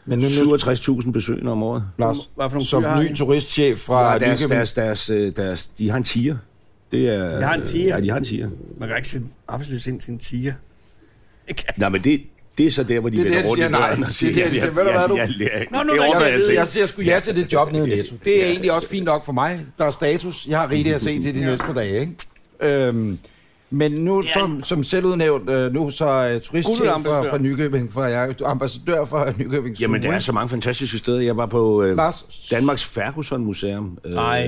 Speaker 1: Men nu, nu
Speaker 3: 67.000 besøgende om året.
Speaker 1: Lars,
Speaker 2: Hvad for nogle
Speaker 1: som
Speaker 2: byer har
Speaker 1: ny
Speaker 2: I?
Speaker 1: turistchef
Speaker 3: Fra
Speaker 1: fra
Speaker 3: ja, deres,
Speaker 1: Nykøbing-
Speaker 3: deres, deres, øh, deres, de har en tiger. Det er,
Speaker 2: De har en tiger?
Speaker 3: Ja, de har en tiger.
Speaker 2: Man kan ikke sætte arbejdsløs ind til en tiger.
Speaker 3: Nej, men det, det er så der, hvor de
Speaker 1: Det er
Speaker 3: vender
Speaker 1: der, de
Speaker 3: rundt i
Speaker 1: siger nej.
Speaker 3: døren og
Speaker 1: Det
Speaker 3: siger,
Speaker 1: er der, de
Speaker 3: "Ja,
Speaker 1: siger, "Ved du
Speaker 3: ja,
Speaker 1: hvad, du?"
Speaker 3: ja, ja,
Speaker 2: Nå, nu
Speaker 3: det
Speaker 2: vil jeg
Speaker 3: ordner
Speaker 1: Jeg,
Speaker 3: jeg
Speaker 1: jeg,
Speaker 3: selv."
Speaker 1: jeg siger sgu ja til det job nede i Netto. Det er egentlig også fint nok for mig. Der er status. Jeg har rigeligt at se til de næste par dage. Ikke? Øhm, men nu,
Speaker 2: Ja.
Speaker 1: som, som selvudnævnt, øh, nu så uh, turistchef fra,
Speaker 2: Guldambassadør.
Speaker 1: fra Nykøbing, for jeg er jo ambassadør for Nykøbing
Speaker 3: Jamen, der er så mange fantastiske steder. Jeg var på øh,
Speaker 1: Lars.
Speaker 3: Danmarks Ferguson Museum. Øh,
Speaker 2: Ej,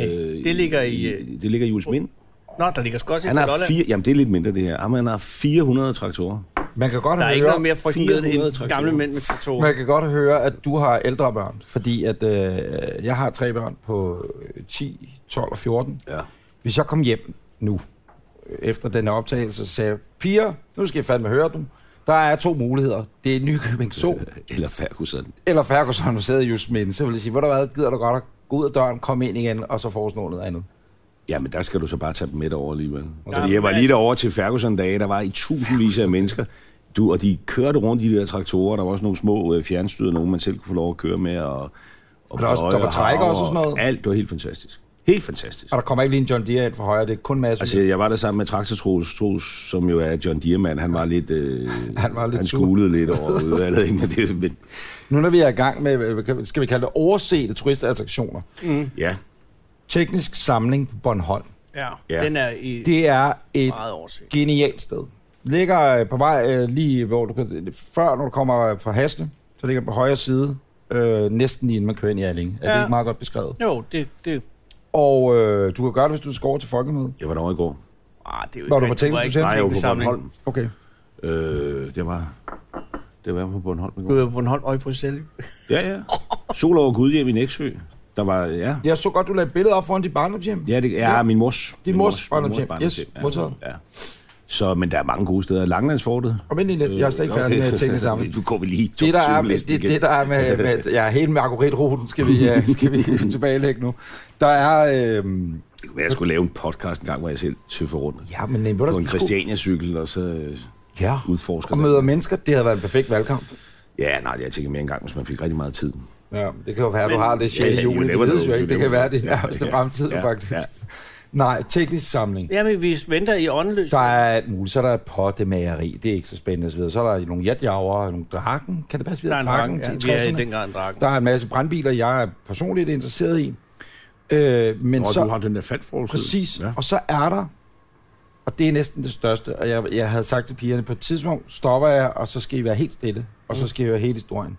Speaker 2: det ligger i-
Speaker 1: øh,
Speaker 3: Det ligger i Julesmind.
Speaker 2: Nå, der ligger skot
Speaker 3: Han har fire... Jamen, det er lidt mindre, det her. Jamen, han har 400 traktorer.
Speaker 1: Man kan godt
Speaker 2: Der er
Speaker 1: høre,
Speaker 2: ikke noget mere frygtende
Speaker 3: 400
Speaker 2: end
Speaker 3: traktorer.
Speaker 2: gamle mænd med traktorer.
Speaker 1: Man kan godt høre, at du har ældre børn, fordi at øh, jeg har tre børn på øh, 10, 12 og 14.
Speaker 3: Ja.
Speaker 1: Hvis jeg kom hjem nu, øh, efter den her optagelse, så sagde jeg, piger, nu skal I fandme høre dem. Der er to muligheder. Det er Nykøbing Zoo,
Speaker 3: Øh, Eller Ferguson.
Speaker 1: eller Ferguson, der sidder just med Så vil jeg sige, hvor der hvad, gider du godt at gå ud af døren, komme ind igen, og så foreslå noget andet.
Speaker 3: Jamen, der skal du så bare tage dem med derover alligevel.
Speaker 2: Ja,
Speaker 3: Fordi jeg var
Speaker 2: men
Speaker 3: lige
Speaker 2: altså-
Speaker 3: derovre til Ferguson-dage, der var i tusindvis af mennesker. Du, og de kørte rundt i de der traktorer. Der var også nogle små øh, fjernstyder, nogle man selv kunne få lov at køre med. Og, og
Speaker 1: der også-
Speaker 3: fløje
Speaker 1: der var
Speaker 3: og
Speaker 1: trækker
Speaker 3: harver
Speaker 1: også og sådan noget?
Speaker 3: Alt, det var helt fantastisk. Helt fantastisk.
Speaker 1: Og der kommer ikke lige en John Deere ind for højre, det er kun masse.
Speaker 3: Altså, jeg var der sammen med Traktor Troels, Troels som jo er John Deerman. Han var lidt... Øh,
Speaker 1: [LAUGHS] Han var lidt
Speaker 3: han
Speaker 1: sur.
Speaker 3: skulede lidt
Speaker 1: [LAUGHS]
Speaker 3: over udvalget, ikke? Men, det, men
Speaker 1: Nu når vi er i gang med, skal vi kalde det, oversete turistattraktioner.
Speaker 3: ja,
Speaker 1: Teknisk samling på Bornholm.
Speaker 2: Ja,
Speaker 3: Ja.
Speaker 2: den er i
Speaker 1: Det er et
Speaker 2: meget overset.
Speaker 1: genialt sted. Ligger øh, på vej øh, lige, hvor du kan, før når du kommer fra Hasle, så ligger det på højre side, øh, næsten lige inden man kører ind i Alling. Er ja.
Speaker 2: Ja.
Speaker 1: det ikke meget godt beskrevet?
Speaker 2: Jo, det, det,
Speaker 1: Og øh, du kan gøre det, hvis du skal over til folkemødet.
Speaker 3: jeg var derovre i går.
Speaker 2: ah, det er jo
Speaker 1: Var du på
Speaker 2: rigtigt. Det var
Speaker 1: teknisk museum?
Speaker 2: ikke
Speaker 3: Nej, jeg var på
Speaker 2: teknisk samling.
Speaker 3: Bornholm.
Speaker 1: Okay.
Speaker 3: Øh, det var... Det var på Bornholm i
Speaker 2: Du
Speaker 3: går.
Speaker 2: er på Bornholm og i Bruxelles.
Speaker 3: Ja, ja. Sol over Gudhjem i Næksø. Der var, ja,
Speaker 1: Jeg så godt, du lagde et billede op foran dit barndomshjem.
Speaker 3: Ja, det ja, min mors.
Speaker 1: Din
Speaker 3: min
Speaker 1: mors
Speaker 3: min
Speaker 1: barndomshjem. Yes, modtaget.
Speaker 3: Ja. Så, men der er mange gode steder. Langlandsfortet.
Speaker 1: Kom ind i lidt. Jeg er slet ikke færdig med tingene
Speaker 3: [LAUGHS]
Speaker 1: sammen.
Speaker 3: Øh, Du går vi lige
Speaker 1: Det der er, det,
Speaker 3: toplisten
Speaker 1: det
Speaker 3: igen.
Speaker 1: der er med, med ja, hele Marguerite-ruten skal vi,
Speaker 3: [LAUGHS]
Speaker 1: øh, skal vi tilbagelægge nu. Der er, øh,
Speaker 3: Det kunne være, jeg skulle lave en podcast en gang, hvor jeg selv tøffer rundt
Speaker 1: ja, men øh, hvor der
Speaker 3: på en Christiania-cykel, og så øh,
Speaker 1: ja.
Speaker 3: udforsker
Speaker 1: og
Speaker 3: den.
Speaker 1: møder mennesker, det havde været en perfekt valgkamp.
Speaker 3: Ja, nej, jeg tænker mere en gang, hvis man fik rigtig meget tid.
Speaker 1: Ja, det kan jo være, at du
Speaker 2: Men-
Speaker 1: har det 6.
Speaker 3: Ja, ja, you
Speaker 1: juli. Det ved
Speaker 3: never know,
Speaker 1: jo
Speaker 3: you
Speaker 1: ikke. Det kan
Speaker 3: never
Speaker 1: være, det er
Speaker 3: know.
Speaker 1: nærmeste
Speaker 3: Ja,
Speaker 1: fremtid,
Speaker 3: ja,
Speaker 1: faktisk.
Speaker 3: ja.
Speaker 1: Nej, teknisk samling.
Speaker 2: Jamen, vi venter i åndeløs.
Speaker 1: Der er alt muligt. Så er der pottemageri. Det er ikke så spændende osv. Så er der nogle jatjager og nogle drakken. Kan det passe, vi
Speaker 2: Der er
Speaker 1: har
Speaker 2: en
Speaker 1: drakken
Speaker 2: drak. Ja,
Speaker 1: til
Speaker 2: vi er i
Speaker 1: 60'erne?
Speaker 2: den grad en drak.
Speaker 1: Der er en masse brandbiler, jeg er personligt interesseret i. Øh, men
Speaker 3: Og
Speaker 1: så...
Speaker 3: du har den der fatforhold.
Speaker 1: Præcis. Ja.
Speaker 3: Ja.
Speaker 1: Og så er der, og det er næsten det største, og jeg, jeg havde sagt til pigerne, på et tidspunkt stopper jeg, og så skal I være helt stille, og så skal I høre hele historien.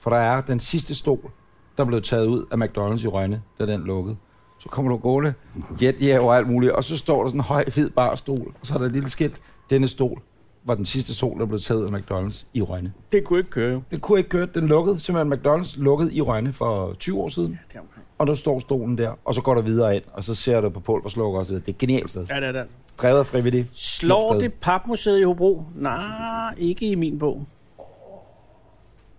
Speaker 1: For der er den sidste stol, der blev taget ud af McDonald's i Rønne, da den lukkede. Så kommer du gående, jet, ja, og alt muligt, og så står der sådan en høj, hvid barstol, og så er der et lille skilt, denne stol var den sidste sol, der blev taget af McDonald's i Rønne.
Speaker 2: Det kunne ikke køre jo.
Speaker 1: Det kunne ikke køre, den lukkede. Simpelthen McDonald's lukkede i Rønne for 20 år siden,
Speaker 2: Ja, det er omkring.
Speaker 1: og nu står stolen der, og så går der videre ind, og så ser du på pulverslukker og så videre. Det er et genialt sted.
Speaker 2: Ja, det er der.
Speaker 1: Drevet af frivillige.
Speaker 2: Slår
Speaker 1: Smukt sted.
Speaker 2: det papmuseet i Hobro? Nej, ikke i min bog.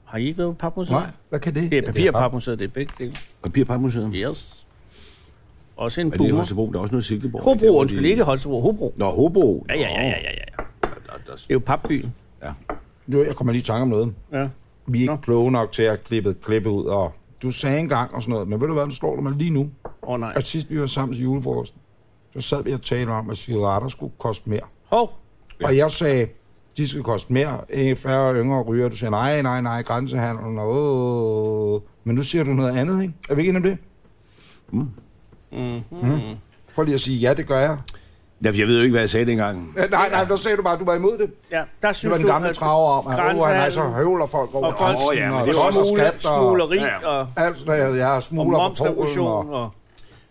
Speaker 2: Har I ikke været på papmuseet?
Speaker 1: Nej, hvad kan det?
Speaker 2: Det er papir og
Speaker 1: bare-
Speaker 2: papmuseet, det er begge dele.
Speaker 3: Papirparkmuseet. Ja.
Speaker 2: Yes. Også en
Speaker 3: Er det i
Speaker 2: boomer.
Speaker 3: Holstebro? Der er også noget i Silkeborg. ikke? Der,
Speaker 2: Hobro,
Speaker 3: hvor
Speaker 2: undskyld,
Speaker 3: de-
Speaker 2: ikke Holstebro. Hobro.
Speaker 3: Nå, Hobro.
Speaker 2: Ja, ja, ja, ja, ja, ja.
Speaker 3: Der, der,
Speaker 2: Det er jo papbyen.
Speaker 1: Nu, jeg kommer lige i tanke om noget.
Speaker 2: Ja.
Speaker 1: Vi er ikke
Speaker 2: Nå.
Speaker 1: kloge nok til at klippe, klippe ud, og du sagde engang og sådan noget, men ved du hvad, nu slår du mig lige nu.
Speaker 2: Åh oh, nej.
Speaker 1: At sidst vi var sammen til julefrokosten, så sad vi og talte om, at cigaretter skulle koste mere.
Speaker 2: Hov.
Speaker 1: Ja. Og jeg sagde, de skal koste mere, ikke færre og yngre ryger. Du siger, nej, nej, nej, grænsehandel, og åh. Men nu siger du noget andet, ikke? Er vi ikke enige om det?
Speaker 2: Mm-hmm. Mm.
Speaker 1: Prøv lige at sige, ja, det gør jeg.
Speaker 3: Ja, for jeg ved jo ikke, hvad jeg sagde dengang.
Speaker 1: Ja, nej, nej, der sagde du bare, at du var imod det.
Speaker 2: Ja, der
Speaker 1: Det
Speaker 2: Øh, synes
Speaker 1: var den gamle
Speaker 2: at
Speaker 1: traver om, at åh, han er
Speaker 2: grænsehandel
Speaker 1: så høvler folk over.
Speaker 2: og folk
Speaker 1: grænsen,
Speaker 3: ja, men
Speaker 1: og
Speaker 3: det er
Speaker 1: der
Speaker 3: jo også
Speaker 1: kommer
Speaker 2: smule,
Speaker 1: skat og-
Speaker 2: smugleri
Speaker 3: Ja, ja.
Speaker 2: og,
Speaker 1: Altså, jeg, jeg er
Speaker 2: og
Speaker 1: smugler på Polen,
Speaker 2: momsrevolution
Speaker 1: og
Speaker 2: og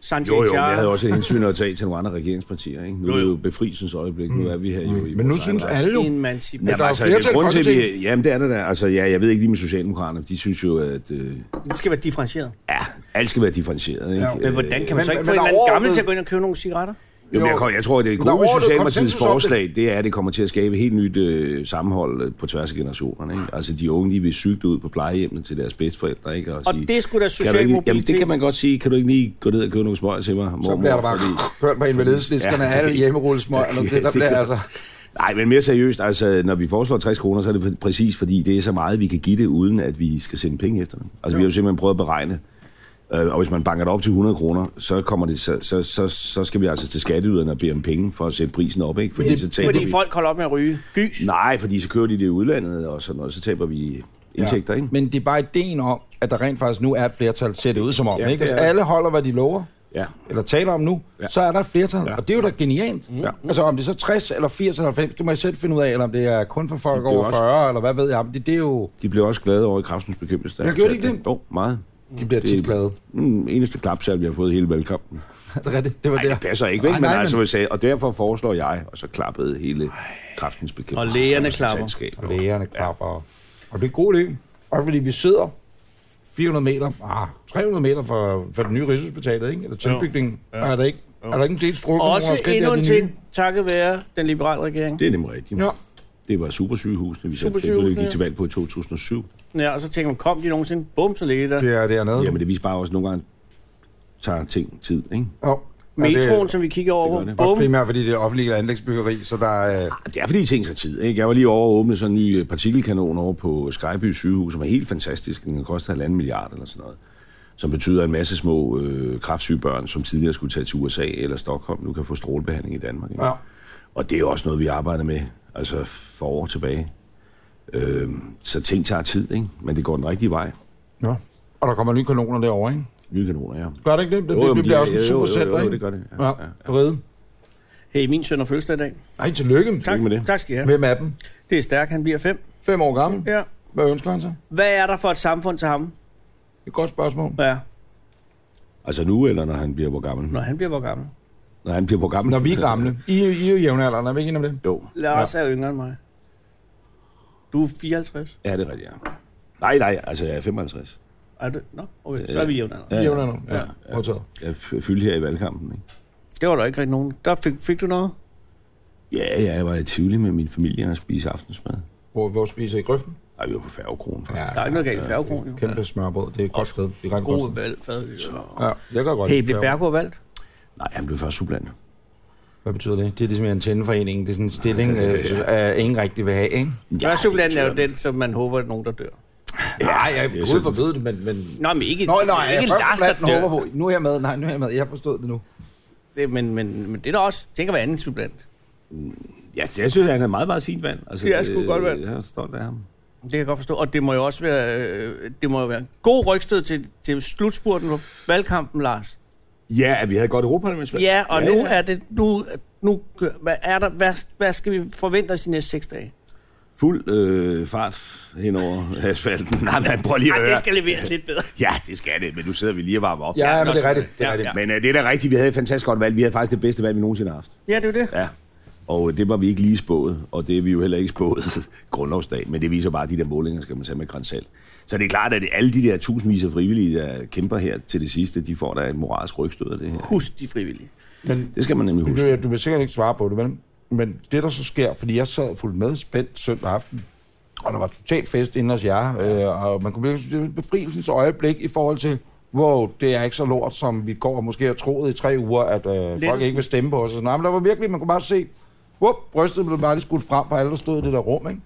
Speaker 2: San
Speaker 3: Jo, jo, men jeg havde
Speaker 2: Giorgio.
Speaker 3: også et hensyn at tage til nogle andre regeringspartier. Ikke? Nu er det jo befrielsens øjeblik. Nu er vi her jo i
Speaker 1: Mm. Men nu
Speaker 3: vores egen
Speaker 1: synes
Speaker 3: ret.
Speaker 1: alle jo,
Speaker 2: En mancip.
Speaker 1: Ja.
Speaker 3: Jamen,
Speaker 1: der er
Speaker 3: altså,
Speaker 1: flertal
Speaker 3: det er
Speaker 1: i
Speaker 3: grunden til, at
Speaker 1: Folketinget.
Speaker 3: vi... Jamen, det er der da. Altså, ja, jeg ved ikke lige med Socialdemokraterne. De synes jo, at øh,
Speaker 2: Det skal være differentieret.
Speaker 3: ja, alt skal være differentieret. Ikke?
Speaker 1: Ja, men
Speaker 2: Men
Speaker 3: Øh,
Speaker 2: hvordan kan man
Speaker 1: men-
Speaker 2: så ikke
Speaker 1: men-
Speaker 2: få
Speaker 1: men
Speaker 2: en eller anden
Speaker 1: overordnet-
Speaker 2: gammel til at gå ind og købe nogle cigaretter?
Speaker 3: Jo, men jeg,
Speaker 1: Jo.
Speaker 3: kom- jeg tror, at det
Speaker 1: Men der
Speaker 3: gode
Speaker 1: er
Speaker 3: ved
Speaker 1: overordnet
Speaker 3: Socialdemokratiets
Speaker 1: konsensus om det.
Speaker 3: forslag, det er, at det kommer til at skabe et helt nyt øh, sammenhold øh, på tværs af generationerne. Ikke? Altså, de unge, de vil sygt ud på plejehjemmene til deres bedsteforældre, ikke?
Speaker 2: Og
Speaker 3: sige,
Speaker 2: det skulle da
Speaker 3: kan du
Speaker 2: social
Speaker 3: ikke, lige- jamen,
Speaker 2: mobilitet.
Speaker 3: det kan man godt sige. Kan du ikke lige gå ned og købe nogle smøger til mig, mormor?
Speaker 1: så bliver der bare
Speaker 3: Fordi-
Speaker 1: kørt på invalideslisterne,
Speaker 3: Ja.
Speaker 1: alle hjemmerullesmøgerne.
Speaker 3: Ja,
Speaker 1: Det, der
Speaker 3: det
Speaker 1: bliver
Speaker 3: gør-
Speaker 1: altså...
Speaker 3: Nej, men mere seriøst, altså, når vi foreslår 60 kroner, så er det for- præcis, fordi det er så meget, vi kan give det, uden at vi skal sende penge efter dem. Altså, jo. vi har jo simpelthen prøvet at beregne, øh, og hvis man banker det op til 100 kroner, så, kommer det, så, så, så, så skal vi altså til skatteyderne og bede om penge for at sætte prisen op, ikke? Fordi, så taber
Speaker 2: Fordi
Speaker 3: vi...
Speaker 2: folk holder op med at ryge. Gys.
Speaker 3: Nej, fordi så kører de det i udlandet og sådan noget, så taber vi indtægter, ja. ikke?
Speaker 1: Men det er bare ideen om, at der rent faktisk nu er et flertal, ser det ud som om.
Speaker 3: Ja,
Speaker 1: Ja, ikke?
Speaker 3: det
Speaker 1: Hvis
Speaker 3: er det.
Speaker 1: alle holder, hvad de lover,
Speaker 3: Ja.
Speaker 1: eller taler om nu,
Speaker 3: Ja.
Speaker 1: ja. så er der et flertal.
Speaker 3: Ja. Mm-hmm.
Speaker 1: Ja. Og det er jo da genialt.
Speaker 3: Ja.
Speaker 1: Ja. Altså om det er så 60 eller 80 eller 90, det må jeg selv finde ud af, eller om det er kun for folk
Speaker 3: bliver
Speaker 1: over 40,
Speaker 3: også-
Speaker 1: eller hvad ved jeg. Men Det, det er jo...
Speaker 3: De blev også glade over i kraftens bekæmpelse.
Speaker 1: Jeg gjorde de ikke det?
Speaker 3: Jo, meget.
Speaker 1: De bliver
Speaker 3: Det-
Speaker 1: tit glade. [LAUGHS]
Speaker 3: Mm, eneste klapsalve, vi har fået i hele valgkampen.
Speaker 1: Er det rigtigt? Det var
Speaker 3: Ej, det
Speaker 1: der.
Speaker 3: passer ikke, vel?
Speaker 1: Nej,
Speaker 3: men
Speaker 1: nej,
Speaker 3: altså,
Speaker 1: men-
Speaker 3: men... Sagde, og derfor foreslår jeg, og så klappede hele kraftens bekæmpelse.
Speaker 2: Og lægerne klapper.
Speaker 1: Og lægerne klapper. Og, og det er god idé. Også fordi vi sidder 400 meter, ah, 300 meter fra, fra den nye Rigshospitalet, ikke? Eller tilbygningen. Ja. Er der ikke, er der ikke en del struktur?
Speaker 2: Også endnu en ting, takket være den liberale regering.
Speaker 3: Det er nemlig rigtigt.
Speaker 1: Ja.
Speaker 3: Det var supersygehusene, vi selv det,
Speaker 2: Supersygehusene,
Speaker 3: vi gik
Speaker 2: ja.
Speaker 3: til valg på i 2007.
Speaker 2: Ja, og så tænker man, kom de nogensinde? Bum, så ligger de der.
Speaker 1: Det er dernede.
Speaker 3: Jamen, det viser bare også, at nogle gange tager ting tid, ikke?
Speaker 1: Oh.
Speaker 2: Metroen, som vi kigger over
Speaker 3: det gør
Speaker 2: på.
Speaker 3: det.
Speaker 1: Også
Speaker 2: Bum.
Speaker 1: primært fordi det er offentlige anlægsbyggeri, så der er... Øh,
Speaker 3: Det er fordi ting tager tid, ikke? Jeg var lige over og åbne sådan en ny øh, partikelkanon over på Skyby sygehus, som er helt fantastisk. Den koster halvanden milliard eller sådan noget. Som betyder, at en masse små øh, kraftsyge børn, som tidligere skulle tage til USA eller Stockholm, nu kan få strålebehandling i Danmark. Ikke?
Speaker 1: ja.
Speaker 3: Og det er jo også noget, vi arbejder med altså for år tilbage. Øh, så ting tager tid, ikke? men det går den rigtige vej.
Speaker 1: ja. Og der kommer nye kanoner derovre, ikke?
Speaker 3: Nye kanoner, ja.
Speaker 1: Gør det ikke det? Det,
Speaker 3: Jo,
Speaker 1: det,
Speaker 3: jo,
Speaker 1: det
Speaker 3: men
Speaker 1: bliver
Speaker 3: de-
Speaker 1: også en
Speaker 3: jo, jo, jo,
Speaker 1: supercenter,
Speaker 3: jo,
Speaker 1: ikke?
Speaker 3: det gør det. Ja,
Speaker 1: Ja,
Speaker 3: ja,
Speaker 1: ja. Ride.
Speaker 2: Hey, min søn har fødselsdag i dag.
Speaker 1: Ej, tillykke.
Speaker 2: Tak,
Speaker 3: med det.
Speaker 2: tak skal I have.
Speaker 1: Hvem er dem?
Speaker 2: Det er stærk, han bliver fem.
Speaker 1: Fem år gammel.
Speaker 2: Ja.
Speaker 1: Hvad ønsker han sig?
Speaker 2: Hvad er der for et samfund til ham?
Speaker 1: Et godt spørgsmål.
Speaker 2: Ja,
Speaker 3: Altså nu, eller når han bliver hvor gammel?
Speaker 2: når han bliver hvor gammel.
Speaker 3: Når han bliver hvor gammel?
Speaker 1: Når
Speaker 3: [LAUGHS]
Speaker 1: vi er gamle. I, I er jo jævnaldrende, er vi ikke enige om det?
Speaker 3: Jo,
Speaker 2: Lars er yngre end mig. Du er 54.
Speaker 3: ja, det er rigtigt, ja. Nej, nej, altså jeg er 55.
Speaker 2: Er det? Nå, okay, så er vi jævnaldrende.
Speaker 1: I
Speaker 3: Ja,
Speaker 1: er
Speaker 3: ja.
Speaker 1: jævnaldrende. Ja, ja. Modtaget.
Speaker 3: Jeg f- fyldte her i valgkampen, ikke?
Speaker 2: Det var der ikke rigtig nogen. Der fik, fik du noget?
Speaker 3: Ja, ja, jeg var i Tivoli med min familie og spise aftensmad.
Speaker 1: Hvor, hvor spiser I grøften?
Speaker 3: Ej, vi var på færgekronen, faktisk.
Speaker 2: Der er ikke noget galt i færgekronen. jo.
Speaker 1: Kæmpe smørbrød. Det er et godt sted. Det er rent godt
Speaker 2: God
Speaker 1: sted.
Speaker 2: valg, fadøl.
Speaker 1: Ja, jeg gør godt.
Speaker 2: Hey,
Speaker 1: lide
Speaker 2: blev
Speaker 1: færger.
Speaker 2: Bergård valgt?
Speaker 3: Nej, han blev først sublant.
Speaker 1: Hvad betyder det? Det er ligesom i antenneforeningen. Det er sådan en stilling, øh, som, øh, ingen rigtig vil have, ikke?
Speaker 2: Ja, Søbland er jo den, som man håber, at nogen der dør.
Speaker 1: Nej, jeg
Speaker 3: det er
Speaker 1: gud forbyde det, men... men...
Speaker 2: Nå, men ikke,
Speaker 1: Nå, nej,
Speaker 2: ikke
Speaker 1: jeg
Speaker 2: Lars, der
Speaker 1: først håber
Speaker 2: dør.
Speaker 1: på. Nu er jeg med. Nej, nu er jeg med. Jeg forstod det nu.
Speaker 2: Det, men, men, men det er der også, tænker hver anden sublant.
Speaker 3: Ja, jeg synes, han er meget, meget fint vand. Altså,
Speaker 2: Det er sgu
Speaker 3: øh,
Speaker 2: godt valg.
Speaker 3: Jeg er stolt af ham.
Speaker 2: Det kan jeg godt forstå. Og det må jo også være, øh, det må jo være en god rygstød til, til slutspurten på valgkampen, Lars.
Speaker 3: Ja, at vi havde et godt europaparlamentsvalg.
Speaker 2: Ja, og nu er det, nu, nu kø- hvad, er der, hvad, hvad skal vi forvente os de næste seks dage?
Speaker 3: Fuld øh, fart henover asfalten. [LAUGHS] Nej, men prøv lige at
Speaker 2: Ej,
Speaker 3: høre.
Speaker 2: det skal leveres lidt bedre.
Speaker 3: Ja, det skal det, men nu sidder vi lige og varmer op.
Speaker 1: Ja, ja men det er
Speaker 2: nok-
Speaker 1: rigtigt. Det er
Speaker 2: Ja,
Speaker 1: rigtigt.
Speaker 2: ja.
Speaker 3: Men øh, det er da rigtigt, vi havde et fantastisk godt valg. Vi havde faktisk det bedste valg, vi nogensinde har haft.
Speaker 2: Ja, det er jo det.
Speaker 3: Ja. Og det var vi ikke lige spået, og det er vi jo heller ikke spået [LAUGHS] grundlovsdag, men det viser bare, at de der målinger skal man tage med grænsal. Så det er klart, at alle de der tusindvis af frivillige, der kæmper her til det sidste, de får da et moralsk rygstød af det her.
Speaker 2: Husk de frivillige.
Speaker 1: Men
Speaker 3: Det skal man nemlig huske.
Speaker 1: du, du vil sikkert ikke svare på det, men, men det der så sker, fordi jeg sad fuldt med spændt søndag aften, og der var totalt fest inden hos jer, øh, og man kunne blive det var et befrielsens øjeblik i forhold til, wow, det er ikke så lort, som vi går og måske har troet i tre uger, at øh, folk
Speaker 2: Lettelsen.
Speaker 1: ikke vil stemme på os. Og sådan. noget. Men der var virkelig, man kunne bare se, whoop, brystet blev bare lige skudt frem, for alle der stod i det der rum, ikke?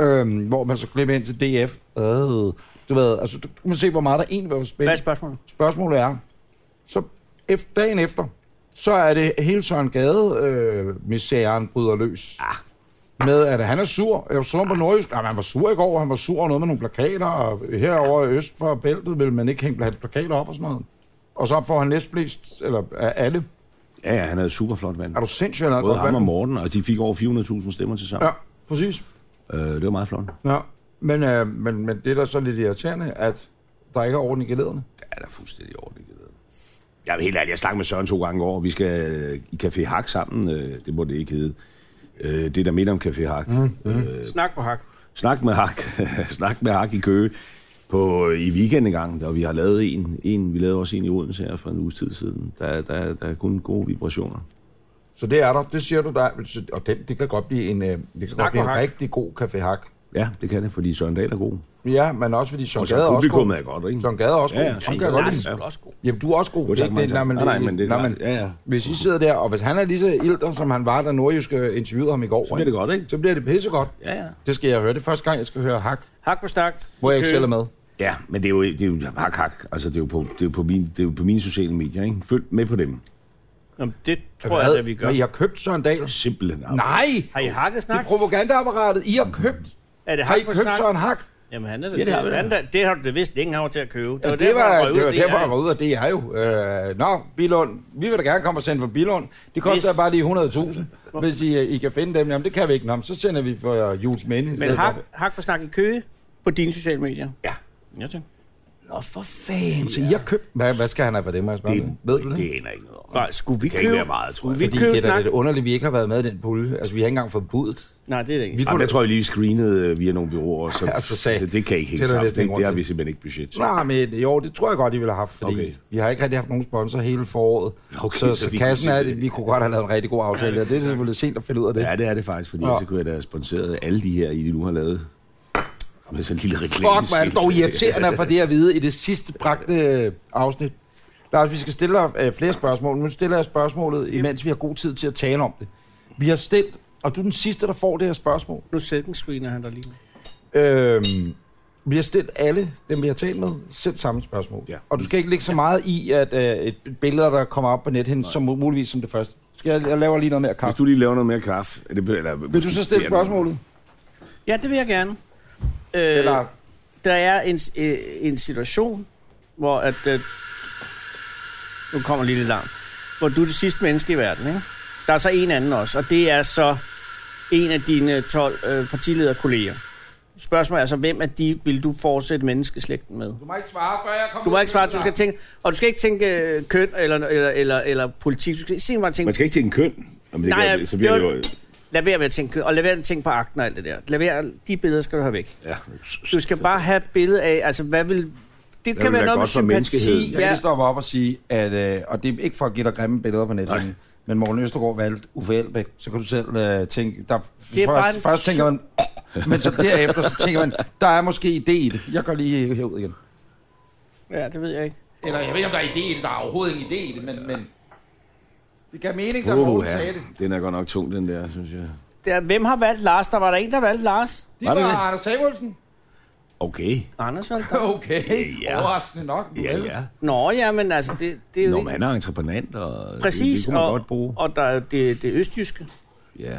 Speaker 1: Øhm, hvor man så klip ind til DF. Øh, du ved, altså, du, du kan se, hvor meget der egentlig var spændt.
Speaker 2: Hvad er spørgsmålet?
Speaker 1: Spørgsmålet er, så efter, dagen efter, så er det hele Søren Gade, øh, misæren bryder løs.
Speaker 2: Ah.
Speaker 1: Med, at han er sur. Jeg var sur på Nordjysk. Jamen, han var sur i går, han var sur over noget med nogle plakater, og herover øst for bæltet ville man ikke hænge hans plakater op og sådan noget. Og så får han næstflest, eller af alle.
Speaker 3: Ja, ja, han havde super flot vand.
Speaker 1: Er du sindssygt, han havde
Speaker 3: Både
Speaker 1: godt
Speaker 3: ham og
Speaker 1: valg?
Speaker 3: Morten, og de fik over 400.000 stemmer til sammen.
Speaker 1: Ja, præcis.
Speaker 3: Øh, det var meget flot.
Speaker 1: Ja. Men, øh, men, men det er da så lidt irriterende, at der ikke er orden i gelederne.
Speaker 3: Det er da fuldstændig ordentligt. det der. Jeg er helt ærlig, jeg snakker med Søren to gange i år. Vi skal øh, i Café Hak sammen. øh, Det må det ikke hedde. Øh, Det der minder om Café Hak. Mm.
Speaker 2: Snak på hak.
Speaker 3: Snak med Hak. [LAUGHS] Snak med Hak i Køge på, i weekenden engang, og vi har lavet en, en. Vi lavede også en i Odense her for en uges tid siden. Der, der, der er kun gode vibrationer.
Speaker 1: Så det er der, det siger du der, så- og den, det kan godt blive en, øh, det kan godt blive en
Speaker 2: hak.
Speaker 1: rigtig god kaffehak.
Speaker 3: Ja, det kan det, fordi Søren Dahl er god.
Speaker 1: Ja, men også fordi Søren
Speaker 3: Og så
Speaker 1: Gade er også god.
Speaker 3: publikummet er godt, ikke?
Speaker 1: Søren Gade er også
Speaker 3: Ja,
Speaker 1: god.
Speaker 3: ja,
Speaker 1: Ja,
Speaker 3: Søren
Speaker 1: kan jeg godt lide.
Speaker 2: Lars er også god.
Speaker 1: Jamen, du er også god.
Speaker 3: Jo, tak,
Speaker 1: Ikke-
Speaker 3: mange
Speaker 1: det-
Speaker 3: tak.
Speaker 1: nej, men-
Speaker 3: Nej, nej, men det er
Speaker 1: nej,
Speaker 3: klart.
Speaker 1: men-
Speaker 3: Ja, ja.
Speaker 1: Hvis I sidder der, og hvis han er lige så ilter, som han var, da nordjyske interviewede ham i går,
Speaker 3: Så bliver det godt, ikke?
Speaker 1: så bliver det pissegodt.
Speaker 3: Ja, ja.
Speaker 1: Det skal jeg høre. Det er første gang, jeg skal høre hak,
Speaker 2: Hak på snak.
Speaker 1: hvor jeg ikke
Speaker 2: Kø.
Speaker 1: selv er med.
Speaker 3: Ja, men det er jo, det er jo hak, hak. Altså, det er jo på, det er jo på, min, det er jo på mine sociale medier, ikke? Følg med på dem.
Speaker 2: Jamen, det tror jeg, at vi gør.
Speaker 1: Men I har købt Søren Dahl.
Speaker 3: Simpelthen.
Speaker 1: Nej!
Speaker 2: Har I hakket
Speaker 1: Det
Speaker 2: snak?
Speaker 1: er propagandaapparatet, I har købt.
Speaker 2: Er det
Speaker 1: Har
Speaker 2: hak
Speaker 1: I
Speaker 2: på
Speaker 1: købt
Speaker 2: snak?
Speaker 1: Søren Hak?
Speaker 2: Jamen, han er da
Speaker 3: Ja,
Speaker 2: ja,
Speaker 3: det har vi da.
Speaker 2: det, det, det har du da vidst, ingen har til at købe.
Speaker 1: Ja, det var,
Speaker 2: han røg
Speaker 1: det var
Speaker 2: ud af
Speaker 1: derfor,
Speaker 2: DR.
Speaker 1: jeg var ude, og det er jo. Øh, nå, Bilund, vi vil da gerne komme og sende for Bilund. Det koster
Speaker 2: Hvis-
Speaker 1: bare lige 100.000, hvis I, øh, I kan finde dem. Jamen, det kan vi ikke. Nå, men så sender vi for uh, Jules Minde. i
Speaker 2: Men
Speaker 1: stedet
Speaker 2: hak,
Speaker 1: for.
Speaker 2: hak på snak i køge på dine sociale medier.
Speaker 3: Ja.
Speaker 2: Ja, tak.
Speaker 3: Nå, for fanden.
Speaker 1: Så I har købt... Hvad, hvad skal han have for det, må jeg spørge?
Speaker 3: Det,
Speaker 1: Det, Ved du det?
Speaker 3: det aner jeg ikke noget om.
Speaker 2: Nej, skulle vi
Speaker 3: Det kan ikke
Speaker 2: købe-
Speaker 3: være meget, tror
Speaker 2: skulle
Speaker 3: jeg.
Speaker 2: vi-
Speaker 1: Fordi
Speaker 2: køber
Speaker 1: det er da
Speaker 2: snak.
Speaker 1: lidt underligt, vi ikke har været med i den pulje. Altså, vi har ikke engang forbudt.
Speaker 2: Nej, det er det ikke.
Speaker 1: Vi
Speaker 3: Jamen,
Speaker 1: kunne
Speaker 3: jeg tror, jeg lige screenede øh, via nogle bureauer, så,
Speaker 1: [LAUGHS] Ja, så sagde-
Speaker 3: så det kan I
Speaker 1: Det er
Speaker 3: ikke hænge
Speaker 1: der
Speaker 3: sammen.
Speaker 1: næsten
Speaker 3: Det,
Speaker 1: ingen
Speaker 3: det har
Speaker 1: grund
Speaker 3: vi simpelthen ikke budget til.
Speaker 1: Nej, men jo, det tror jeg godt, I ville have haft, fordi
Speaker 3: Okay.
Speaker 1: okay. vi har ikke rigtig haft nogen sponsor hele foråret.
Speaker 3: Okay,
Speaker 1: så,
Speaker 3: så
Speaker 1: så
Speaker 3: vi
Speaker 1: kassen
Speaker 3: kunne
Speaker 1: er,
Speaker 3: se-
Speaker 1: at vi kunne godt have lavet en rigtig god aftale, og det er selvfølgelig sent at finde ud af det.
Speaker 3: Ja, det er det faktisk, fordi
Speaker 1: Nå.
Speaker 3: ja. så kunne jeg da have sponsoreret alle de her, I nu har lavet. Med sådan en lille reklame.
Speaker 1: Fuck, hvor er det
Speaker 3: [LAUGHS]
Speaker 1: dog irriterende at få det at vide i det sidste bragte øh, afsnit. Lars, vi skal stille dig øh, flere spørgsmål. Nu stiller jeg spørgsmålet, imens vi har god tid til at tale om det. Vi har stillet, og du er den sidste, der får det her spørgsmål.
Speaker 2: Nu sætningsscreener han der lige nu.
Speaker 1: Øhm, vi har stillet alle dem, vi har talt med, selv samme spørgsmål.
Speaker 3: Ja.
Speaker 1: Og du skal ikke lægge så meget i, at øh, et billede, der kommer op på nethen, som mu- muligvis som det første. Skal jeg, jeg laver lige noget mere
Speaker 3: Hvis
Speaker 1: kaffe.
Speaker 3: du lige laver noget mere kaffe, er det, eller,
Speaker 1: Vil du så stille spørgsmålet?
Speaker 2: Ja, det vil jeg gerne. Øh,
Speaker 1: Eller,
Speaker 2: Der er en, øh, en situation, hvor at... Øh, nu kommer lige lidt larm. Hvor du er det sidste menneske i verden, ikke? Der er så en anden også, og det er så en af dine 12 øh, partilederkolleger. Spørgsmålet er så, hvem af de vil du fortsætte menneskeslægten med?
Speaker 1: du må ikke svare, før jeg kommer
Speaker 2: Du må
Speaker 1: ud
Speaker 2: ikke svare,
Speaker 1: med
Speaker 2: du
Speaker 1: et
Speaker 2: skal tænke, og du skal ikke tænke øh, køn eller, eller, eller, eller politik. Du skal simpelthen bare tænke,
Speaker 3: Man skal ikke tænke køn. Jamen, det
Speaker 2: Nej,
Speaker 3: Nej,
Speaker 2: ja,
Speaker 3: kan, så bliver
Speaker 2: det
Speaker 3: det,
Speaker 2: var-
Speaker 3: jo...
Speaker 2: lad være med at tænke køn, og lad være med at tænke på akten og alt det der. Lad være, de billeder skal du have væk.
Speaker 3: Ja.
Speaker 2: Du skal bare have et billede af, altså hvad vil... Det
Speaker 3: vil
Speaker 2: kan være
Speaker 3: være
Speaker 2: noget med
Speaker 3: godt for menneskeheden?
Speaker 2: sympati.
Speaker 1: Jeg kan
Speaker 2: Ja,
Speaker 1: lige stoppe op og sige, at, øh, og det er ikke for at give dig grimme billeder på nettet,
Speaker 3: Nej.
Speaker 1: men Morten Østergaard valgte Uffe Elbæk, så kan du selv øh, tænke, der,
Speaker 2: Det er bare
Speaker 1: først,
Speaker 2: en
Speaker 1: først tænker [LAUGHS] man, men så derefter, så tænker man, der er måske idé i det. Jeg går lige herud igen.
Speaker 2: ja, det ved jeg ikke.
Speaker 1: Eller jeg ved ikke, om der er idé i det, der er overhovedet ingen idé i det, men, men det gav mening, da
Speaker 3: Uh,
Speaker 1: Morten sagde
Speaker 3: ja.
Speaker 1: det.
Speaker 3: Den er godt nok tung, den der, synes jeg.
Speaker 2: Det er, hvem har valgt Lars? Der var der en, der valgte Lars.
Speaker 1: Det
Speaker 3: Var
Speaker 1: var,
Speaker 3: det det?
Speaker 1: Anders Samuelsen.
Speaker 3: Okay.
Speaker 2: Anders valgte dig.
Speaker 1: Okay,
Speaker 3: Ja.
Speaker 1: overraskende nok.
Speaker 3: Ja,
Speaker 1: vel?
Speaker 3: ja.
Speaker 1: [LAUGHS]
Speaker 2: Nå, ja, men altså, det, det er
Speaker 3: Nå,
Speaker 2: jo
Speaker 3: men han er entreprenant, og det,
Speaker 2: Præcis,
Speaker 3: det kunne man
Speaker 2: og,
Speaker 3: godt bruge.
Speaker 2: og der er det, det østjyske.
Speaker 3: Ja.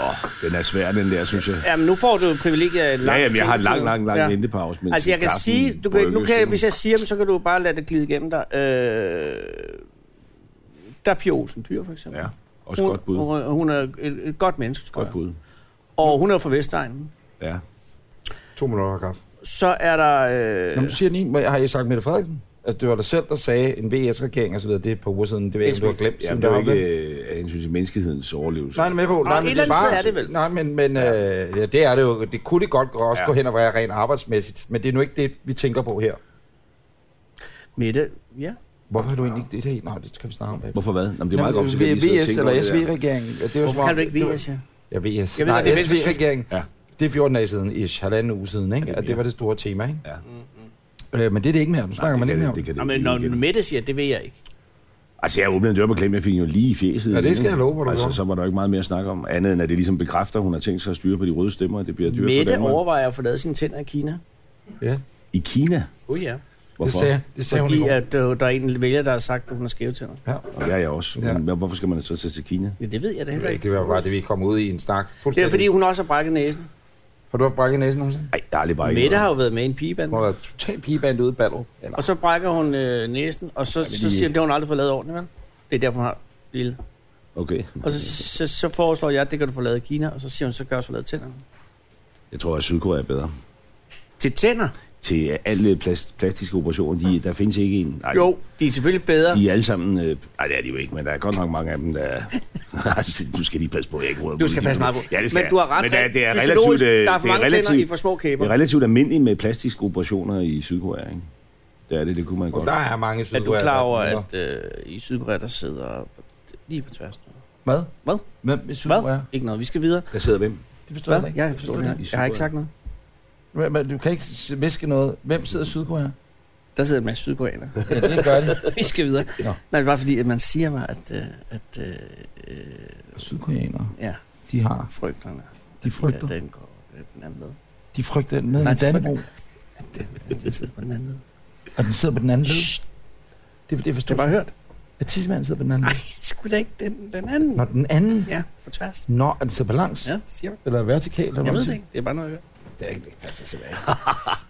Speaker 3: Åh, oh, den er svær, den der, synes jeg.
Speaker 2: Jamen, nu får du jo privilegiet af
Speaker 3: Ja, jamen, jeg har en lang, lang, lang
Speaker 2: Ja.
Speaker 3: ja. ventepause. mens
Speaker 2: Altså, jeg kan
Speaker 3: kaffen
Speaker 2: sige, du kan, nu
Speaker 3: brygges,
Speaker 2: kan, jeg-
Speaker 3: ikke?
Speaker 2: hvis jeg siger dem, så kan du bare lade det glide igennem dig. Øh, der er Pia Olsen Dyr, for eksempel.
Speaker 3: Ja, også godt bud.
Speaker 2: Hun, hun er et, et godt menneske, tror
Speaker 3: Godt
Speaker 2: jeg.
Speaker 3: bud.
Speaker 2: Og hun er fra Vestegnen.
Speaker 3: Ja.
Speaker 1: To minutter, kaffe.
Speaker 2: Så er der... Øh,
Speaker 1: Nå, men siger den en, Hvad- har I sagt Mette Frederiksen? Altså, det var dig selv, der sagde, en VS-regering og så videre, det er på uger siden, det ved jeg ikke, om du har glemt. siden
Speaker 3: Jamen, det er jo
Speaker 1: du har
Speaker 3: ikke
Speaker 1: glemt.
Speaker 3: øh, af hensyn til menneskehedens overlevelse.
Speaker 1: Nej, det er med på.
Speaker 2: Nå,
Speaker 1: Nej,
Speaker 2: et
Speaker 1: men
Speaker 2: eller andet
Speaker 1: bare-
Speaker 2: sted er det vel.
Speaker 1: Nej, men, men øh, ja, det er det jo. Det kunne det godt også
Speaker 3: Ja.
Speaker 1: ja. gå hen og være rent arbejdsmæssigt, men det er nu ikke det, vi tænker på her.
Speaker 2: Mette, ja.
Speaker 1: Hvorfor har du egentlig ikke det her? Nej, det kan vi snakke om. bagefter.
Speaker 3: Hvorfor hvad? Nå, men det er meget godt, så kan
Speaker 1: Jamen,
Speaker 3: vi sidde og
Speaker 1: VS
Speaker 3: tænke
Speaker 1: eller
Speaker 3: over det der.
Speaker 1: SV-regeringen. Ja, det er jo som
Speaker 2: Hvorfor
Speaker 1: om-
Speaker 2: kan du ikke
Speaker 1: det var-
Speaker 2: VS, ja?
Speaker 1: Ja, VS. Jeg
Speaker 2: Jeg ved,
Speaker 1: ved,
Speaker 2: at det er
Speaker 1: Nej,
Speaker 2: venstre-
Speaker 1: SV-regeringen.
Speaker 3: Ja.
Speaker 1: Ja. Det er 14 dage siden, ish, halvanden uge siden, ikke?
Speaker 3: Ja, det
Speaker 1: Det
Speaker 3: er
Speaker 1: at det var det store tema, ikke?
Speaker 3: Ja.
Speaker 1: Øh, men det er det ikke mere, nu
Speaker 3: Nej,
Speaker 1: snakker man
Speaker 3: det
Speaker 1: ikke mere
Speaker 3: kan
Speaker 1: om.
Speaker 3: det, det kan det
Speaker 2: Nå, men
Speaker 3: ikke
Speaker 2: når
Speaker 3: igen.
Speaker 2: Mette siger, det ved jeg ikke.
Speaker 3: Altså, jeg åbnede en dør på klem, jeg fik jo lige i fjeset.
Speaker 1: Ja, det
Speaker 3: igen,
Speaker 1: skal jeg
Speaker 3: ikke?
Speaker 1: love, hvor du
Speaker 3: Altså,
Speaker 1: gjorde.
Speaker 3: så var der jo ikke meget mere at snakke om. Andet end, at det ligesom bekræfter, at hun har tænkt sig at styre på de røde stemmer, og det bliver dyrt for
Speaker 2: Mette
Speaker 3: Danmark.
Speaker 2: overvejer at få lavet sine tænder i Kina.
Speaker 1: Ja,
Speaker 3: I Kina?
Speaker 2: Oh ja.
Speaker 3: Hvorfor?
Speaker 1: det sagde, det sagde hun i
Speaker 2: Fordi
Speaker 1: går.
Speaker 2: at, øh, der er en vælger, der har sagt, at hun har skæve tænder.
Speaker 1: Ja.
Speaker 3: Og det er jeg også.
Speaker 1: Ja.
Speaker 3: Men hvorfor skal man så tage til Kina?
Speaker 2: Ja, det ved jeg da heller ikke.
Speaker 1: Det var bare det, vi kom ud i en snak.
Speaker 2: Det er
Speaker 1: Fuldstændig.
Speaker 2: fordi, hun også har brækket næsen.
Speaker 1: Har du haft brækket næsen nogensinde?
Speaker 3: Nej, der er aldrig bare ikke
Speaker 2: Mette
Speaker 3: noget.
Speaker 2: har jo været med i en
Speaker 1: Hun
Speaker 2: pigeband.
Speaker 1: var totalt pigeband ude i battle. Eller,
Speaker 2: Og så brækker hun øh, næsen, og så, så
Speaker 1: de-
Speaker 2: siger hun, det har hun aldrig fået lavet ordentligt, vel? Det er derfor, hun har lille.
Speaker 3: Okay.
Speaker 2: Og så, så, så foreslår jeg, at det kan du få lavet i Kina, og så siger hun, så kan jeg også få lavet tænderne.
Speaker 3: Jeg tror, at Sydkorea er bedre.
Speaker 2: Til tænder?
Speaker 3: Til alle plast, plastiske operationer, de, der findes ikke en. Nej,
Speaker 2: Jo, de er selvfølgelig bedre.
Speaker 3: De er alle sammen... Øh, nej, det er de jo ikke, men der er godt nok mange af dem, der... [LAUGHS] Altså, nu skal de passe på, jeg ikke råder
Speaker 2: Du skal passe meget på.
Speaker 3: Ja, det skal
Speaker 2: Men du har ret.
Speaker 3: jeg. Men det er, det er
Speaker 2: Fysiologisk,
Speaker 3: relativt... øh,
Speaker 2: Der er for
Speaker 3: det er
Speaker 2: mange tænder i
Speaker 3: relativt,
Speaker 2: for små
Speaker 3: det er
Speaker 2: kæber.
Speaker 3: relativt almindeligt med plastiske operationer i Sydkorea, ikke? Det er det, det kunne man godt.
Speaker 1: der er mange
Speaker 2: Er du
Speaker 1: sydkoreanere.
Speaker 2: klar over,
Speaker 1: der-
Speaker 2: at øh, i Sydkorea, der sidder lige på tværs?
Speaker 1: Hvad?
Speaker 2: Hvad?
Speaker 1: Hvem i Sydkorea?
Speaker 2: Hvad? Ikke noget. Vi skal videre.
Speaker 3: Der sidder hvem?
Speaker 1: Det forstår
Speaker 2: Hvad?
Speaker 1: jeg ikke.
Speaker 2: Jeg forstår det
Speaker 1: ikke.
Speaker 2: her. Jeg har ikke sagt noget.
Speaker 1: Men- Men du kan ikke s- viske noget. Hvem sidder i Sydkorea?
Speaker 2: Der sidder en masse sydkoreaner.
Speaker 1: Ja, det gør de.
Speaker 2: [LAUGHS] vi skal videre.
Speaker 1: Nå.
Speaker 2: Nej, det er bare fordi, at man siger mig, at, øh, at øh, øh,
Speaker 1: Sydkoreanere,
Speaker 2: ja,
Speaker 1: de har,
Speaker 2: frygterne,
Speaker 1: de frygter.
Speaker 2: Ja, den går øh, den anden led.
Speaker 1: De frygter med
Speaker 2: Nej,
Speaker 1: i
Speaker 2: de frygter-
Speaker 1: Dannebrog,
Speaker 2: At den, den sidder på den anden led.
Speaker 1: og den sidder på den anden side.
Speaker 2: Shh,
Speaker 1: Det, det
Speaker 2: det har
Speaker 1: forstår
Speaker 2: jeg bare hørt.
Speaker 1: At tissemanden sidder på den anden
Speaker 2: Nej, sgu da ikke den, den anden.
Speaker 1: Når den anden,
Speaker 2: Ja, på tværs.
Speaker 1: når den sidder på langs,
Speaker 2: Ja, siger man.
Speaker 1: eller vertikalt, eller
Speaker 2: Jeg ved
Speaker 1: noget.
Speaker 2: det ikke. Det er bare noget, jeg hører.
Speaker 1: Det er ikke, det passer simpelthen ikke.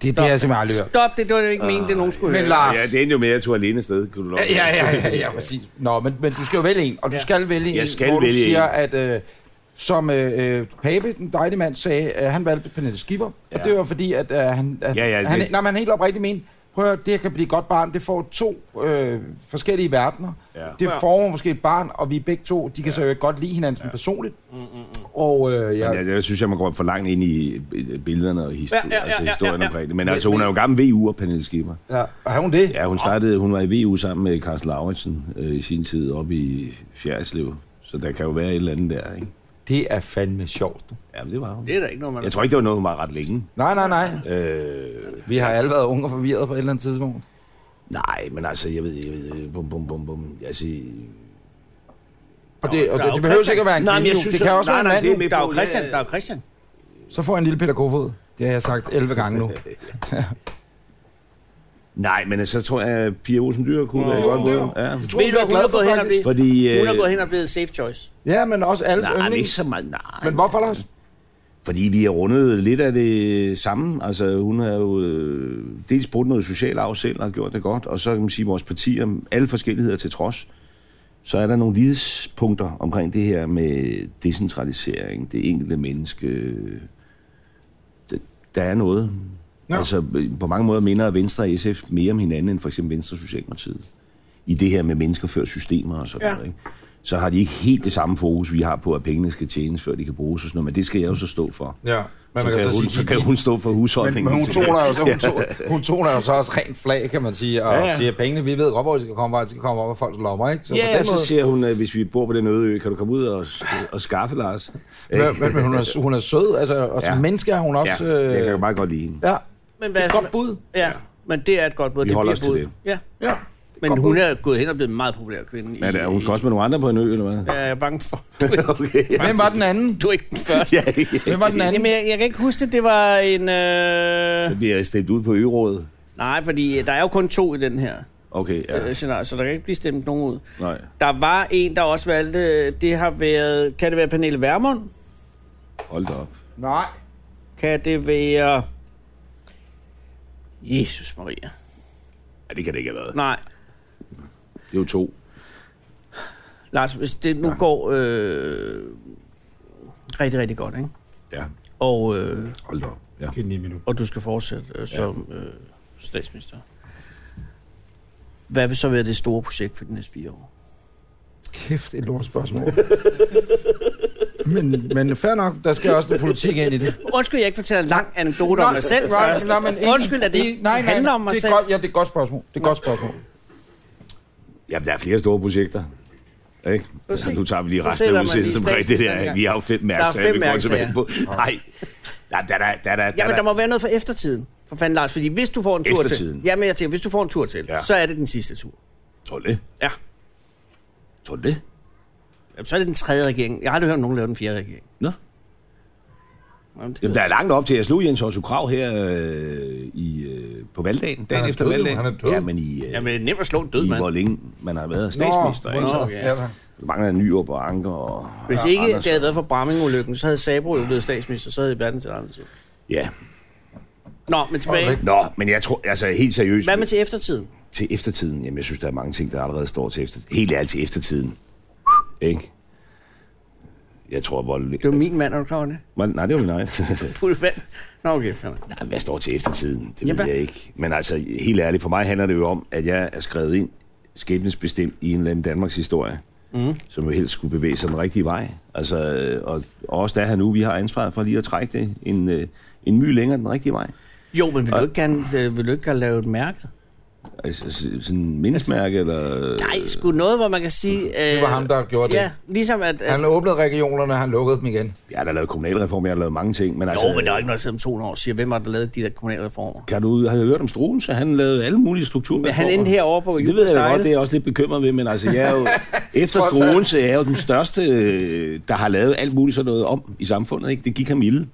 Speaker 1: det, det har jeg simpelthen aldrig hørt.
Speaker 2: Stop det, det var jo ikke meningen, det nogen skulle
Speaker 1: Men
Speaker 2: høre.
Speaker 1: Lars,
Speaker 3: Ja, det endte jo med, at jeg tog alene afsted, kunne du nok.
Speaker 1: Ja, ja, ja, ja,
Speaker 3: [LAUGHS]
Speaker 1: ja, præcis. Nå, men, men du skal jo vælge en, og du
Speaker 2: Ja.
Speaker 1: skal vælge en,
Speaker 3: Jeg skal
Speaker 1: hvor
Speaker 3: vælge
Speaker 1: du siger, at øh, som øh, øh, Pape, den dejlige mand, sagde, øh, han valgte Pernille Skipper, ja.
Speaker 3: Ja.
Speaker 1: og det var fordi, at øh, han, at
Speaker 3: Ja, ja,
Speaker 1: han,
Speaker 3: det-
Speaker 1: nej, men han helt oprigtigt mente, prøv at høre, det her kan blive et godt barn, det får to øh, forskellige verdener.
Speaker 3: Ja.
Speaker 1: Det
Speaker 2: Ja.
Speaker 1: former måske et barn, og vi er begge to, de kan ja. så jo godt lide hinanden ja. personligt. Mm, mm, mm. Og øh, ja,
Speaker 3: Jeg, jeg synes, jeg man går for langt ind i øh, billederne og histor- ja, ja, ja, ja, altså historien
Speaker 2: ja, ja.
Speaker 3: omkring det. Men altså, hun er jo gammel VU'er, Pernille Skipper.
Speaker 1: ja, har hun det?
Speaker 3: Ja, hun startede, hun var i VU sammen med Carsten Lauritsen øh, i sin tid oppe i Fjerdslev. Så der kan jo være et eller andet der, ikke?
Speaker 1: Det er fandme sjovt. du.
Speaker 3: Ja, men det var hun.
Speaker 2: Det er der ikke noget, man...
Speaker 3: Jeg tror ikke, det var noget, hun var ret længe.
Speaker 1: Nej, nej, nej.
Speaker 3: Øh,
Speaker 1: Vi har alle været unge og forvirret på et eller andet tidspunkt.
Speaker 3: nej, men altså, jeg ved, jeg ved, bum, bum, bum, bum. Altså,
Speaker 1: Og det, og
Speaker 2: der
Speaker 1: det,
Speaker 2: er jo
Speaker 1: det behøver
Speaker 2: Christian.
Speaker 1: ikke at være en
Speaker 3: Nej, men
Speaker 1: kvinde,
Speaker 3: jeg
Speaker 1: jo.
Speaker 3: synes
Speaker 1: det kan
Speaker 3: jo-
Speaker 1: også
Speaker 3: nej,
Speaker 1: være en
Speaker 3: nej,
Speaker 1: mand,
Speaker 3: det er
Speaker 1: jo.
Speaker 3: med
Speaker 2: Der er jo
Speaker 3: på,
Speaker 2: Christian,
Speaker 3: ja.
Speaker 2: der er jo Christian.
Speaker 1: Så får jeg en lille Peter Kofod. Det har jeg sagt 11 gange nu.
Speaker 3: nej, men så tror jeg, at Pia Olsen Dyr kunne
Speaker 2: Nå.
Speaker 3: være godt
Speaker 1: Olsen
Speaker 3: med. Ja.
Speaker 1: tror
Speaker 2: Ved du,
Speaker 1: jeg,
Speaker 2: hvad hun har
Speaker 1: for,
Speaker 2: gået hen og
Speaker 1: faktisk.
Speaker 2: blevet?
Speaker 3: Fordi,
Speaker 2: Hun er
Speaker 3: øh,
Speaker 2: gået hen og blevet safe choice.
Speaker 1: Ja, men også alles
Speaker 3: Nej, men ikke
Speaker 1: yndlings.
Speaker 3: så meget, nej.
Speaker 1: Men hvorfor, Lars?
Speaker 3: Fordi vi har rundet lidt af det samme. Altså, hun har jo øh, dels brugt noget socialt arv selv og har gjort det godt, og så kan man sige, at vores partier, alle forskelligheder til trods, så er der nogle lidespunkter omkring det her med decentralisering, det enkelte menneske. Øh, Det, der er noget. Ja.
Speaker 1: Ja.
Speaker 3: Altså, øh, på mange måder minder Venstre og SF mere om hinanden, end for eksempel Venstre og Socialdemokratiet. I det her med mennesker før systemer og sådan
Speaker 2: Ja.
Speaker 3: ja. noget, ikke? så har de ikke helt det samme fokus, vi har på, at pengene skal tjenes, før de kan bruges og sådan noget. Men det skal jeg jo så stå for.
Speaker 1: Ja, men
Speaker 3: så, kan hun, så kan hun stå for
Speaker 1: men,
Speaker 3: husholdningen.
Speaker 1: men hun
Speaker 3: Så kan-
Speaker 1: toner jo så, hun, to, hun toner jo så også rent flag, kan man sige, og
Speaker 3: Ja,
Speaker 1: ja,
Speaker 3: ja.
Speaker 1: ja. siger, pengene, vi ved godt, hvor de skal komme fra, de skal komme op af folks lommer, ikke? Så
Speaker 3: Ja,
Speaker 1: på den
Speaker 3: og så
Speaker 1: måde,
Speaker 3: siger hun, at hvis vi bor på den øde ø, kan du komme ud og, og skaffe, Lars?
Speaker 1: men, men, men hun, er, hun er sød, altså, og som
Speaker 3: Ja.
Speaker 1: ja. menneske er hun også...
Speaker 3: Ja, jeg
Speaker 1: øh,
Speaker 3: kan jo meget godt lide hende.
Speaker 1: ja,
Speaker 2: Men
Speaker 1: det
Speaker 2: hvad
Speaker 1: er et godt bud.
Speaker 2: Ja, men det er et godt bud.
Speaker 3: Vi
Speaker 2: det
Speaker 3: holder
Speaker 2: bliver
Speaker 3: os til
Speaker 2: bud. Ja,
Speaker 1: Ja.
Speaker 2: men
Speaker 1: Godt
Speaker 2: hun
Speaker 1: bud.
Speaker 2: er gået hen og blevet en meget populær kvinde.
Speaker 3: Men er hun skal
Speaker 2: i-
Speaker 3: også med nogle andre på en ø, eller hvad?
Speaker 2: Ja, jeg er bange for. Du er ikke,
Speaker 3: [LAUGHS] Okay.
Speaker 1: Hvem var den anden?
Speaker 2: du er ikke den første.
Speaker 3: Ja, ja.
Speaker 1: Hvem var den anden?
Speaker 2: Jamen, jeg, jeg kan ikke huske, det, det var en...
Speaker 3: Så
Speaker 2: Øh...
Speaker 3: bliver jeg stemt ud på ørådet.
Speaker 2: Nej, fordi øh, der er jo kun to i den her
Speaker 3: Okay,
Speaker 2: ja.
Speaker 3: ja.
Speaker 2: øh, scenarie, så der kan ikke blive stemt nogen ud.
Speaker 3: Nej.
Speaker 2: Der var en, der også valgte... øh, Det har været... Kan det være Pernille Vermund?
Speaker 3: Hold da op.
Speaker 1: Nej.
Speaker 2: Kan det være... Jesus Maria.
Speaker 3: Ja, det kan det ikke have været.
Speaker 2: Nej,
Speaker 3: Det er jo to.
Speaker 2: Lars, hvis det nu ja. går øh, rigtig, rigtig godt, ikke?
Speaker 3: Ja,
Speaker 2: Og, øh,
Speaker 3: hold da op. Ja.
Speaker 1: Okay, 9 minutter.
Speaker 2: og du skal fortsætte øh, som øh, statsminister. Hvad vil så være det store projekt for de næste fire år?
Speaker 1: Kæft, et lort spørgsmål. [LAUGHS] men, men fair nok, der skal også noget politik ind i det.
Speaker 2: Undskyld, jeg ikke fortæller en lang anekdote om mig selv først.
Speaker 1: nej, men ikke-
Speaker 2: Undskyld, at det
Speaker 1: ikke- nej, nej,
Speaker 2: handler om mig
Speaker 1: det er
Speaker 2: selv.
Speaker 1: Godt, ja, det er et godt spørgsmål. Det er et godt spørgsmål.
Speaker 3: Jamen, der er flere store projekter. Ikke? Altså,
Speaker 2: se.
Speaker 3: nu tager vi lige
Speaker 2: Så
Speaker 3: resten
Speaker 2: sætter
Speaker 3: af
Speaker 2: man
Speaker 3: udsendelsen
Speaker 2: lige
Speaker 3: som rigtigt
Speaker 2: statsministeren
Speaker 3: der.
Speaker 2: her.
Speaker 3: Vi har jo fem mærkesager,
Speaker 2: fem
Speaker 3: vi går
Speaker 2: mærkesager.
Speaker 3: tilbage på. Nej, Nej, der er der, der, der, der,
Speaker 2: Jamen,
Speaker 3: der,
Speaker 2: der må være noget for eftertiden, for fanden Lars, fordi hvis du får en tur
Speaker 3: Eftertiden.
Speaker 2: til... Jamen, jeg tænker, hvis du får en tur til,
Speaker 3: Ja.
Speaker 2: ja. så er det den sidste tur.
Speaker 3: Tror du det?
Speaker 2: Ja.
Speaker 3: Tror du det?
Speaker 2: Jamen, så er det den tredje regering. Jeg har aldrig hørt nogen lave den fjerde regering.
Speaker 3: Nå.
Speaker 2: Jamen, det
Speaker 3: Jamen, der er langt op til. Jeg slog Jens Otto Krav her øh, i, øh, på valgdagen, dagen
Speaker 1: er
Speaker 3: efter
Speaker 1: død nu,
Speaker 3: valgdagen.
Speaker 1: han er død.
Speaker 3: Ja, men i, øh,
Speaker 2: Jamen, det er nemt at slå en død,
Speaker 3: i
Speaker 2: mand.
Speaker 3: hvor længe man har været statsminister.
Speaker 1: Nå,
Speaker 3: ikke?
Speaker 1: hvor-
Speaker 2: Nå, ja.
Speaker 1: ja, da.
Speaker 3: Der mangler en ny på Anker og...
Speaker 2: Hvis
Speaker 3: og
Speaker 2: ikke
Speaker 3: Anders
Speaker 2: det havde
Speaker 3: og-
Speaker 2: været for Bramming-ulykken, så havde Sabro jo blevet statsminister, så havde verden til andet.
Speaker 3: Ja.
Speaker 2: Nå, men tilbage.
Speaker 3: Nå, men jeg tror, altså helt seriøst,
Speaker 2: Hvad med til eftertiden?
Speaker 3: til eftertiden, jamen jeg synes, der er mange ting, der allerede står til eftertiden. Helt ærligt til eftertiden. Ikke? Jeg tror, hvor...
Speaker 2: Det var min mand, er du klar over det?
Speaker 3: Var- Nej, det var min egen.
Speaker 2: [LAUGHS] Fuld vand. Nå, okay, fair nok.
Speaker 3: Nej, hvad står til eftertiden? Det
Speaker 2: Ja,
Speaker 3: ved
Speaker 2: hvad?
Speaker 3: jeg ikke. Men altså, helt ærligt, for mig handler det jo om, at jeg er skrevet ind skæbnesbestemt i en eller anden Danmarks historie,
Speaker 2: Mhm.
Speaker 3: mm. som jo helst skulle bevæge sig den rigtige vej. Altså, øh, og, og også der her nu, vi har ansvaret for lige at trække det en, øh, en my længere den rigtige vej.
Speaker 2: Jo, men vil du ikke gerne, øh, vil du ikke gerne lave et mærke?
Speaker 3: Altså, s- sådan en mindesmærke, eller...
Speaker 2: Nej, sgu noget, hvor man kan sige... Øh, det
Speaker 1: var ham, der gjorde det.
Speaker 2: Ja, ligesom at... at
Speaker 1: Han åbnede regionerne, han lukkede dem igen.
Speaker 3: Jeg har da lavet kommunalreform, jeg har lavet mange ting, men altså...
Speaker 2: jo, men der er ikke noget, der sidder om to år og siger, hvem har der lavet de der kommunale reformer?
Speaker 3: Kan du, har du hørt om Struben, så han lavede alle mulige
Speaker 2: Men
Speaker 3: strukturreformer.
Speaker 2: han endte herovre på
Speaker 3: Det ved jeg da
Speaker 2: Jules
Speaker 3: godt,
Speaker 2: Style.
Speaker 3: det er jeg også lidt bekymret ved, men altså, jeg
Speaker 2: [LAUGHS]
Speaker 3: er jo, efter
Speaker 1: Trods alt.
Speaker 3: Struben, så er jeg jo den største, øh, der har lavet alt muligt sådan noget om i samfundet. Ikke? Det gik ham ilde.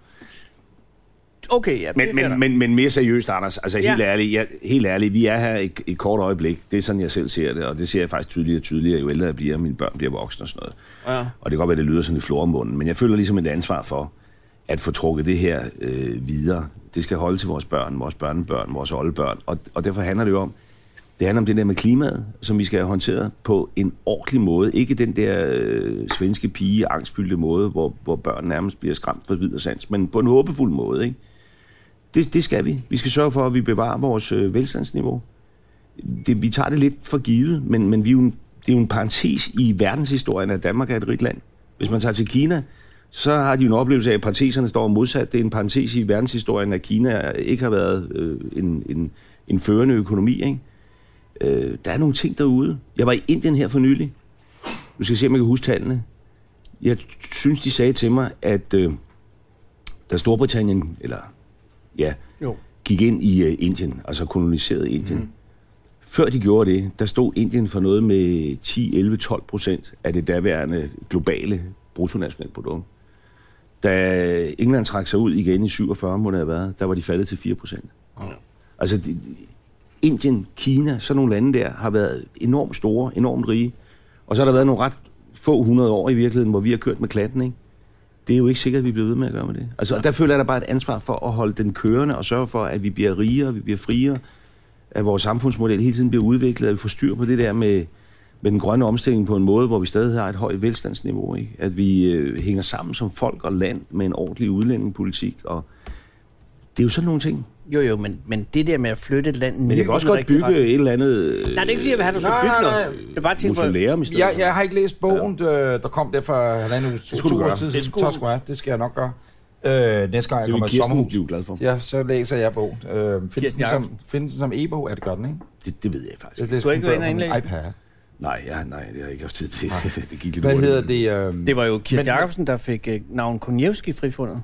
Speaker 2: Okay, ja. det er
Speaker 3: Men,
Speaker 2: fair nok.
Speaker 3: men, men, men mere seriøst, Anders, altså
Speaker 2: Ja.
Speaker 3: helt, ærligt, jeg, helt ærligt, vi er her et, et kort øjeblik. Det er sådan, jeg selv ser det, og det ser jeg faktisk tydeligere og tydeligere, jo ældre jeg bliver, og mine børn bliver voksne og sådan noget.
Speaker 2: Ja.
Speaker 3: Og det kan godt være, det lyder sådan lidt flormunden, men jeg føler ligesom et ansvar for at få trukket det her øh, videre. Det skal holde til vores børn, vores børnebørn, vores oldebørn. Og, og derfor handler det jo om, det handler om det der med klimaet, som vi skal have håndteret på en ordentlig måde. Ikke den der øh, svenske pige, angstfyldte måde, hvor, hvor børn nærmest bliver skræmt for vid og sans, men på en håbefuld måde. Ikke? Det, det skal vi. Vi skal sørge for, at vi bevarer vores øh, velstandsniveau. Det, vi tager det lidt for givet, men, men vi er jo en, det er jo en parentes i verdenshistorien, at Danmark er et rigt land. Hvis man tager til Kina, så har de jo en oplevelse af, at parenteserne står modsat. Det er en parentes i verdenshistorien, at Kina ikke har været øh, en, en, en førende økonomi. Ikke? Øh, der er nogle ting derude. Jeg var i Indien her for nylig. Nu skal jeg se, om jeg kan huske tallene. Jeg synes, de sagde til mig, at øh, da Storbritannien, eller ja,
Speaker 2: Jo.
Speaker 3: gik ind i øh, Indien, altså koloniserede Indien. Mm. Før de gjorde det, der stod Indien for noget med 10, 11, 12 procent af det daværende globale bruttonationalprodukt. Da England trak sig ud igen i 47 må det have været, der var de faldet til 4 procent. Altså, de, Indien, Kina, sådan nogle lande der, har været enormt store, enormt rige. Og så har der været nogle ret få hundrede år i virkeligheden, hvor vi har kørt med klatten, ikke? Det er jo ikke sikkert, at vi bliver ved med at gøre med det. Altså, og der føler jeg der bare et ansvar for at holde den kørende og sørge for, at vi bliver rigere, vi bliver friere, at vores samfundsmodel hele tiden bliver udviklet, at vi får styr på det der med, med den grønne omstilling på en måde, hvor vi stadig har et højt velstandsniveau. Ikke? At vi øh, hænger sammen som folk og land med en ordentlig udlændingepolitik. Og det er jo sådan nogle ting.
Speaker 2: Jo, jo, men, men det der med at flytte et land...
Speaker 3: Men jeg kan også godt bygge et eller andet...
Speaker 2: Nej, det er ikke fordi, jeg vil have, at du skal
Speaker 1: Nej,
Speaker 2: bygge
Speaker 1: nej,
Speaker 2: noget.
Speaker 1: nej.
Speaker 2: Jeg bare tænker på...
Speaker 3: Musulærum i stedet.
Speaker 1: Jeg, jeg har ikke læst bogen, øh, der, der kom der for halvanden uge.
Speaker 3: skulle du
Speaker 1: to
Speaker 3: gøre.
Speaker 1: Tid,
Speaker 2: Det
Speaker 1: det,
Speaker 2: skulle-
Speaker 1: skulle... Square. det skal jeg nok gøre. Øh, næste gang jeg
Speaker 3: Det vil
Speaker 1: kommer i
Speaker 3: Kirsten
Speaker 1: sommerhus.
Speaker 3: blive glad for.
Speaker 1: Ja, så læser jeg bogen. Øh, findes,
Speaker 2: Kirsten
Speaker 1: den som,
Speaker 2: Jacobsen.
Speaker 1: findes den som e-bog? Er det godt, den, ikke?
Speaker 3: Det, det ved jeg faktisk
Speaker 1: Jeg
Speaker 3: ikke.
Speaker 1: læser
Speaker 2: Du har ikke
Speaker 1: kun
Speaker 2: været inde
Speaker 1: bøger
Speaker 2: og
Speaker 1: på min iPad.
Speaker 3: Nej, ja, nej, det har jeg ikke haft tid til. [LAUGHS] det gik lidt
Speaker 1: Hvad
Speaker 3: hurtigt.
Speaker 1: hedder det? Øh,
Speaker 2: Det var jo Kirsten
Speaker 1: Men-
Speaker 2: Jacobsen, der fik øh, navn Konjevski frifundet.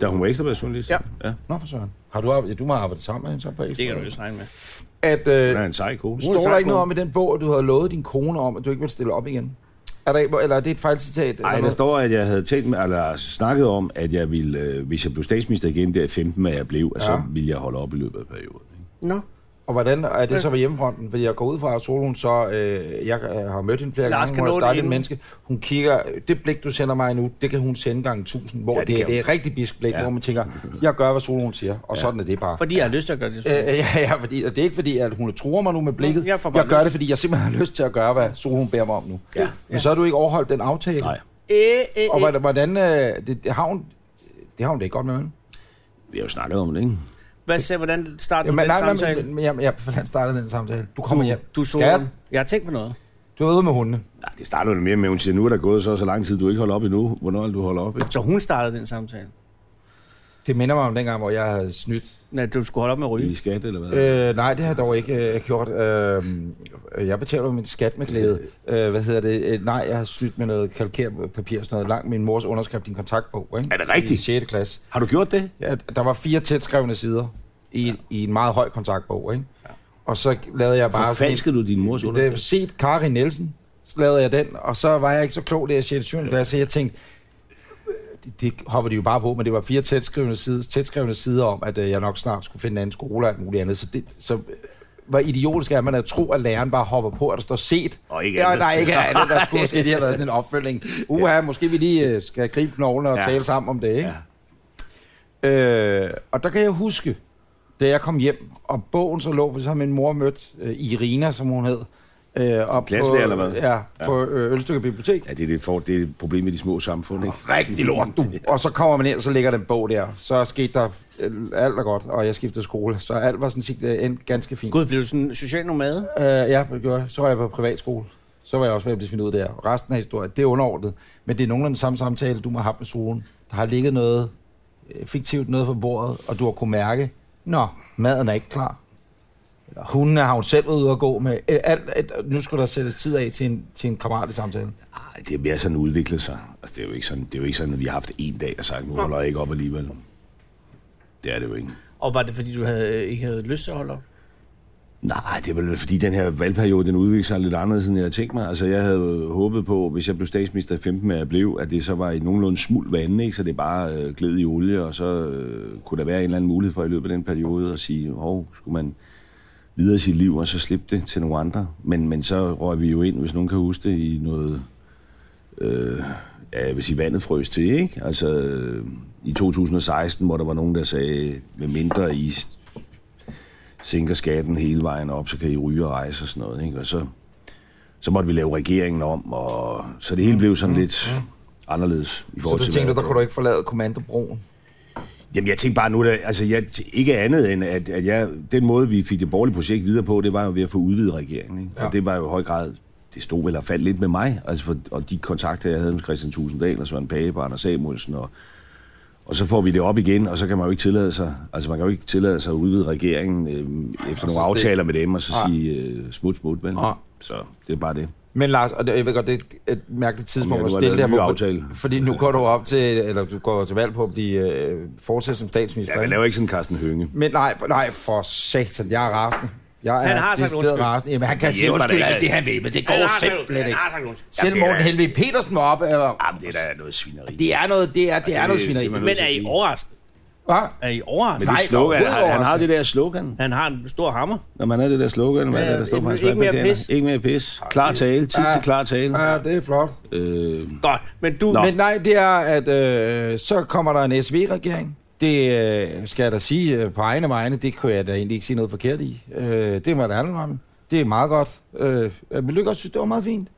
Speaker 3: Da hun var ekstrabladjournalist?
Speaker 2: Ja.
Speaker 3: ja.
Speaker 1: Nå, for søren. Har du, arbejdet- ja, du må arbejde sammen med hende så på ekstra.
Speaker 2: Det kan du jo snakke med.
Speaker 1: At, øh,
Speaker 3: Hun er en sej kone.
Speaker 1: Står der ikke noget om i den bog, at du havde lovet din kone om, at du ikke ville stille op igen? Er der, ikke- eller er det et fejlcitat?
Speaker 3: Nej, der står, at jeg havde talt med, eller snakket om, at jeg ville, øh, hvis jeg blev statsminister igen der i 15, hvad jeg blev, ja. så
Speaker 1: Ja.
Speaker 3: ville jeg holde op i løbet af perioden. ikke?
Speaker 2: Nå,
Speaker 1: Og hvordan er det så ved hjemmefronten? Fordi jeg går ud fra, at Solon så... Øh, jeg øh, har mødt hende flere
Speaker 2: Lars
Speaker 1: gange.
Speaker 2: kan
Speaker 1: Hun er
Speaker 2: nå
Speaker 1: et
Speaker 2: det
Speaker 1: dejligt
Speaker 2: inden.
Speaker 1: menneske. Hun kigger... Det blik, du sender mig nu, det kan hun sende gange tusind. Hvor
Speaker 3: Ja,
Speaker 1: ja,
Speaker 3: det
Speaker 1: det, det,
Speaker 3: kan
Speaker 1: det er et rigtig bisk blik,
Speaker 3: Ja.
Speaker 1: ja. hvor man tænker, jeg gør, hvad Solon siger. Og ja. sådan er det bare.
Speaker 2: fordi jeg har lyst til at gøre det.
Speaker 1: Øh, [LAUGHS] ja, ja, fordi, og det er ikke fordi, at hun tror mig nu med blikket.
Speaker 2: Jeg
Speaker 1: Jeg,
Speaker 2: får bare
Speaker 1: jeg gør
Speaker 2: lyst.
Speaker 1: det, fordi jeg simpelthen har lyst til at gøre, hvad Solon beder mig om nu.
Speaker 3: Ja.
Speaker 1: Men så har du ikke overholdt den aftale.
Speaker 3: Nej,
Speaker 2: Æ, æ,
Speaker 1: øh, Og øh,
Speaker 2: æ.
Speaker 1: hvordan... hvordan øh, det, det, har hun, det har hun det ikke godt med, vel?
Speaker 3: vi har jo snakket om det, ikke?
Speaker 2: Hvad sagde, hvordan startede
Speaker 1: Jamen,
Speaker 2: du
Speaker 1: nej,
Speaker 2: den
Speaker 1: nej,
Speaker 2: samtale?
Speaker 1: men, men, jamen, ja, hvordan startede den samtale? Du kommer hjem.
Speaker 2: Du så
Speaker 1: Skat,
Speaker 2: Jeg har tænkt på noget.
Speaker 1: du er ude med hundene.
Speaker 3: Nej, det starter jo mere med, at hun siger, nu er der gået så, så lang tid, du ikke holder op endnu. Hvornår er det, du holder op? Ikke?
Speaker 2: Så hun startede den samtale.
Speaker 1: Det minder mig om dengang, hvor jeg havde snydt.
Speaker 2: Nej, du skulle holde op med at ryge.
Speaker 3: I skat, eller hvad?
Speaker 1: Øh, nej, det har jeg dog ikke øh, gjort. Øh, jeg betaler jo min skat med glæde. Øh, hvad hedder det? Øh, nej, jeg har snydt med noget kalkerpapir og sådan noget. Langt min mors underskrift i en kontaktbog. Ikke?
Speaker 3: Er det rigtigt?
Speaker 1: I 6. klasse.
Speaker 3: Har du gjort det?
Speaker 1: Ja, der var fire tætskrevne sider i, ja. i en meget høj kontaktbog. Ikke? Ja. Og så lavede jeg bare... sådan en-
Speaker 3: Forfalskede du din mors
Speaker 1: Det er
Speaker 3: underskrift?
Speaker 1: set Kari Nielsen, så lavede jeg den, og så var jeg ikke så klog, det er 6. 7. klasse, så jeg tænkte, det, det hopper de jo bare på, men det var fire tætskrevne sider, tætskrevne sider om, at øh, jeg nok snart skulle finde en anden skole og alt muligt andet, så det, så øh, hvor idiotisk er man at tro, at læreren bare hopper på, at der står set.
Speaker 3: Og ikke
Speaker 1: ja,
Speaker 3: andet.
Speaker 1: der er
Speaker 3: [LAUGHS]
Speaker 1: ikke andet, der skulle måske lige have været sådan en opfølging. Uha, ja. måske vi lige øh, skal gribe knoglen og
Speaker 3: Ja.
Speaker 1: ja. tale sammen om det, ikke? Ja. Øh, og der kan jeg huske, da jeg kom hjem, og bogen så lå, så havde min mor mødt øh, Irina, som hun hed. Øh, op
Speaker 3: Klasselærer, eller hvad?
Speaker 1: Ja, på øh, Ølstykke Bibliotek.
Speaker 3: Ja, det er det, for, det er et problem med de små samfund, ikke?
Speaker 1: Ah, Rigtig lort, du. Og så kommer man ind, og så ligger den bog der. Så skete der øh, alt er godt, og jeg skiftede skole. Så alt var sådan set øh, endt ganske fint.
Speaker 2: Gud, blev du sådan en social nomade?
Speaker 1: Øh, ja, det gjorde jeg. Så var jeg på privatskole. Så var jeg også ved at blive smidt ud der. Resten af historien, det er underordnet. Men det er nogenlunde samme samtale, du må have haft med solen. Der har ligget noget øh, fiktivt noget på bordet, og du har kunne mærke, nå, maden er ikke klar. Eller hunden har hun selv været ude at gå med. Øh, Alt, alt, nu skulle der sættes tid af til en, til en kammeratlig samtale.
Speaker 3: Ej, det er mere sådan udviklet sig. Altså, det er jo ikke sådan, det er jo ikke sådan at vi har haft en dag og sagt, nu holder jeg ikke op alligevel. Det er det jo ikke.
Speaker 2: Og var det, fordi du havde, øh, ikke havde lyst til at holde op?
Speaker 3: Nej, det er vel fordi den her valgperiode, den udviklede sig lidt anderledes, end jeg havde tænkt mig. Altså, jeg havde jo håbet på, hvis jeg blev statsminister i 15, og jeg blev, at det så var i nogenlunde smuld vand, ikke? Så det bare øh, gled i olie, og så øh, kunne der være en eller anden mulighed for i løbet af den periode at sige, hov, skulle man videre i sit liv, og så slippe det til nogle andre. Men, men så røg vi jo ind, hvis nogen kan huske det, i noget... Øh, ja, jeg vil sige, vandet frøs til, ikke? Altså, øh, i 2016, hvor der var nogen, der sagde, med mindre I sænker skatten hele vejen op, så kan I ryge og rejse og sådan noget. Ikke? Og så, så måtte vi lave regeringen om, og så det hele blev sådan lidt anderledes. I
Speaker 1: Mm. Så
Speaker 3: forhold
Speaker 1: du
Speaker 3: til,
Speaker 1: tænkte,
Speaker 3: hvad-
Speaker 1: der kunne du ikke forlade kommandobroen.
Speaker 3: Jamen, jeg tænkte bare nu, at, altså, jeg, ikke andet end, at, at jeg, den måde, vi fik det borgerlige projekt videre på, det var jo ved at få udvidet regeringen. Ikke? Ja.
Speaker 1: Ja.
Speaker 3: Og det var jo i høj grad, det stod eller faldt lidt med mig, altså for, og de kontakter, jeg havde med Christian Tusinddal og Søren Pape og Anders Samuelsen, og, og så får vi det op igen, og så kan man jo ikke tillade sig, altså man kan jo ikke tillade sig at udvide regeringen øh, efter nogle
Speaker 1: stik.
Speaker 3: aftaler med dem, og så
Speaker 1: Altså, Nej.
Speaker 3: sige øh, smut, smut, vel?
Speaker 1: Nej.
Speaker 3: Så det er bare det.
Speaker 1: Men Lars, og det, jeg ved godt, det er et mærkeligt tidspunkt
Speaker 3: Jamen,
Speaker 1: at
Speaker 3: ja, du har
Speaker 1: stille det her
Speaker 3: lavet
Speaker 1: på,
Speaker 3: en ny
Speaker 1: for-
Speaker 3: aftale.
Speaker 1: fordi nu går du op til, eller du går til valg på at blive øh, fortsat som statsminister.
Speaker 3: Ja, man
Speaker 1: ikke?
Speaker 3: laver ikke sådan Carsten Hønge.
Speaker 1: Men nej, nej, for satan, jeg er rasende. Jeg er
Speaker 2: Han har sagt
Speaker 1: decideret
Speaker 2: undskyld.
Speaker 1: Rasende. Jamen, han kan sige
Speaker 3: hjælper da
Speaker 1: undskyld
Speaker 3: ikke,
Speaker 1: alt
Speaker 3: at-
Speaker 1: det, han vil, men det
Speaker 2: Han
Speaker 1: går
Speaker 2: har sagt-
Speaker 1: simpelthen
Speaker 2: han
Speaker 1: ikke.
Speaker 2: har sagt undskyld.
Speaker 1: Selv
Speaker 3: Jamen, det er
Speaker 1: Morten
Speaker 3: da-
Speaker 1: Helvig Petersen var op. Eller,
Speaker 3: Jamen, det er da noget svineri.
Speaker 1: det er noget, det er, det er
Speaker 3: Altså, det-
Speaker 1: noget
Speaker 3: det-
Speaker 1: svineri.
Speaker 3: det-
Speaker 1: Hva?
Speaker 3: man
Speaker 2: Men
Speaker 3: nødt til
Speaker 2: er
Speaker 3: at
Speaker 2: I
Speaker 3: sige.
Speaker 2: overrasket? Er I overrasket?
Speaker 1: Men
Speaker 3: Det
Speaker 1: Nej,
Speaker 3: slogan, han, han har
Speaker 1: overraskende.
Speaker 3: det der slogan.
Speaker 2: Han har en stor hammer.
Speaker 3: Når man har det der slogan, hvad
Speaker 2: Ja,
Speaker 3: ja, der, der står
Speaker 2: ikke-
Speaker 3: på hans
Speaker 2: ikke mere
Speaker 3: valgplakater?
Speaker 2: pis.
Speaker 3: Ikke mere pis. Ah, Klar tale. Tid
Speaker 1: Ja.
Speaker 3: til klar tale.
Speaker 1: Ja, det er flot.
Speaker 3: Øh,
Speaker 2: Godt, men du...
Speaker 3: Nå.
Speaker 1: Men nej, det er, at øh, så kommer der en SV-regering. Det øh, skal jeg da sige øh, på egne vegne, det kunne jeg da egentlig ikke sige noget forkert i. Øh, det må jeg da indrømme. Det er meget godt. Øh, men Lykke synes, det var meget fint.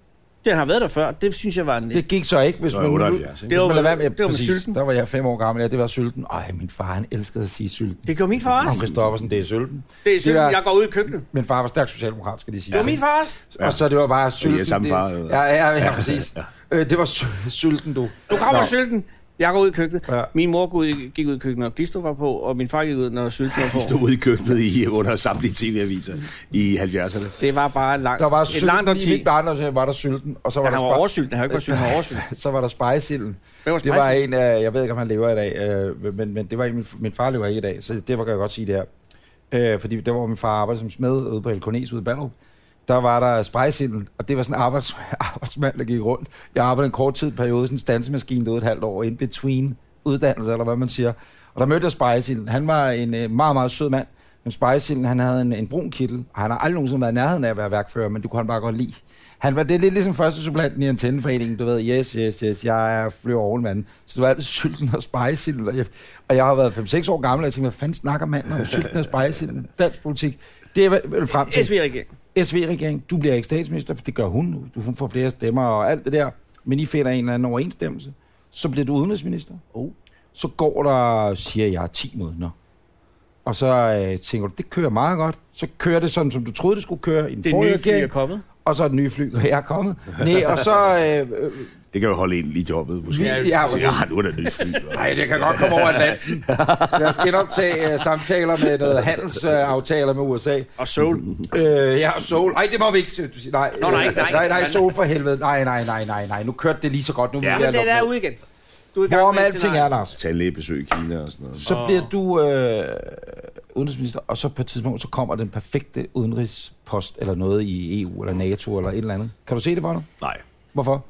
Speaker 2: Den har været der før. Det synes jeg var en...
Speaker 1: Det gik så ikke, hvis
Speaker 3: så
Speaker 1: man...
Speaker 3: er 78, ikke?
Speaker 1: Det var,
Speaker 2: Det var-
Speaker 1: man lader være med, ja,
Speaker 2: det var med
Speaker 1: præcis.
Speaker 2: sylten.
Speaker 1: Der var jeg fem år gammel, ja, det var sylten. Ej, min far, han elskede at sige sylten.
Speaker 2: det gjorde min far
Speaker 1: Om
Speaker 2: også.
Speaker 1: Christoffersen, det er sylten.
Speaker 2: Det er sådan,
Speaker 1: var-
Speaker 2: jeg går ud i køkkenet.
Speaker 1: Min far var stærk socialdemokrat, skal de sige.
Speaker 2: Det var min far også.
Speaker 1: Ja. Og så det var bare sylten.
Speaker 3: er samme
Speaker 1: det-
Speaker 3: far, eller hvad?
Speaker 1: Ja, ja, ja, præcis. Øh, det var sy- sylten, du.
Speaker 2: Nu kommer
Speaker 1: Nå.
Speaker 2: sylten. Jeg går ud i køkkenet.
Speaker 1: Ja.
Speaker 2: Min mor gik ud, gik ud i køkkenet, når Glistrup var på, og min far gik ud, når sylten var på.
Speaker 3: stod ude i køkkenet i, [LAUGHS] under samtlige tv-aviser i 70'erne.
Speaker 2: Det var bare langt,
Speaker 1: Der var
Speaker 2: et
Speaker 1: sylten,
Speaker 2: langt
Speaker 1: i
Speaker 2: årti.
Speaker 1: mit barndom var der sylten, og så var
Speaker 2: Ja,
Speaker 1: der
Speaker 2: han var
Speaker 1: spa-
Speaker 2: oversylten. Han har ikke været sylten, han var oversylten.
Speaker 1: [LAUGHS] så var der spejsilden.
Speaker 2: Hvem var
Speaker 1: Det var
Speaker 2: spejsilden?
Speaker 1: en af, jeg ved ikke, om han lever i dag, øh, men, men det var en, min, min far lever ikke i dag, så det var, kan jeg godt sige det her. Øh, fordi der var min far arbejde som smed ude på Helkones ude i Ballerup. Der var der spejsilden, og det var sådan en arbejds, [LAUGHS] arbejdsmand, der gik rundt. Jeg arbejdede en kort tid periode, i sådan en stansemaskine derude et halvt år, in between uddannelse, eller hvad man siger. Og der mødte jeg spejsilden. Han var en øh, meget, meget sød mand. Men spejsilden, han havde en, en brun kittel, og han har aldrig nogensinde været i nærheden af at være værkfører, men det kunne han bare godt lide. Han var det er lidt ligesom første supplanten i antenneforeningen, du ved, yes, yes, yes, jeg er flyovermanden. Så du var altid sylten og spejsilden, og jeg, og jeg har været 5-6 år gammel, og jeg tænkte, hvad fanden snakker manden om sylten og spejsilden? Dansk politik. Det er vel frem til.
Speaker 2: SV-regering.
Speaker 1: SV-regering, du bliver ikke statsminister, for det gør hun nu. Hun får flere stemmer og alt det der. Men I finder en eller anden overensstemmelse. Så bliver du udenrigsminister.
Speaker 2: Oh.
Speaker 1: Så går der, siger jeg, 10 måneder. Og og så øh, tænker du, det kører meget godt. Så kører det sådan, som du troede, det skulle køre i den
Speaker 2: Det
Speaker 1: forrige
Speaker 2: nye fly er
Speaker 1: regering,
Speaker 2: kommet.
Speaker 1: og så er det nye fly, og jeg er kommet. Nej, og så... Øh, øh,
Speaker 3: Det kan jo holde en lige jobbet, måske.
Speaker 1: Ja,
Speaker 3: Ja,
Speaker 1: ja,
Speaker 3: ja, ja nu er der nyt fly.
Speaker 1: nej, det kan godt komme over Atlanten. [LAUGHS] Lad os genoptage øh, samtaler med noget handelsaftaler med USA.
Speaker 2: Og Seoul.
Speaker 1: Øh, ja, og Soul. Ej, det må vi ikke sige. Du siger, Nej,
Speaker 2: Nå, nej,
Speaker 1: øh,
Speaker 2: nej.
Speaker 1: nej, nej, Soul for helvede. Nej, nej, nej, nej, nej. Nu kørte det lige så godt. Nu
Speaker 3: Ja,
Speaker 1: ja, vil
Speaker 2: Men
Speaker 1: jeg
Speaker 2: det er
Speaker 1: lukke
Speaker 2: ude igen. Du er
Speaker 1: ned.
Speaker 2: i gang
Speaker 1: Hvorom
Speaker 2: med et
Speaker 1: alting
Speaker 2: scenarie.
Speaker 1: er, Lars.
Speaker 3: Tandlægebesøg i Kina og sådan noget.
Speaker 1: Så bliver du øh, udenrigsminister, og så på et tidspunkt, så kommer den perfekte udenrigspost eller noget i EU eller NATO eller et eller andet. Kan du se det, Bono?
Speaker 3: Nej.
Speaker 1: Hvorfor?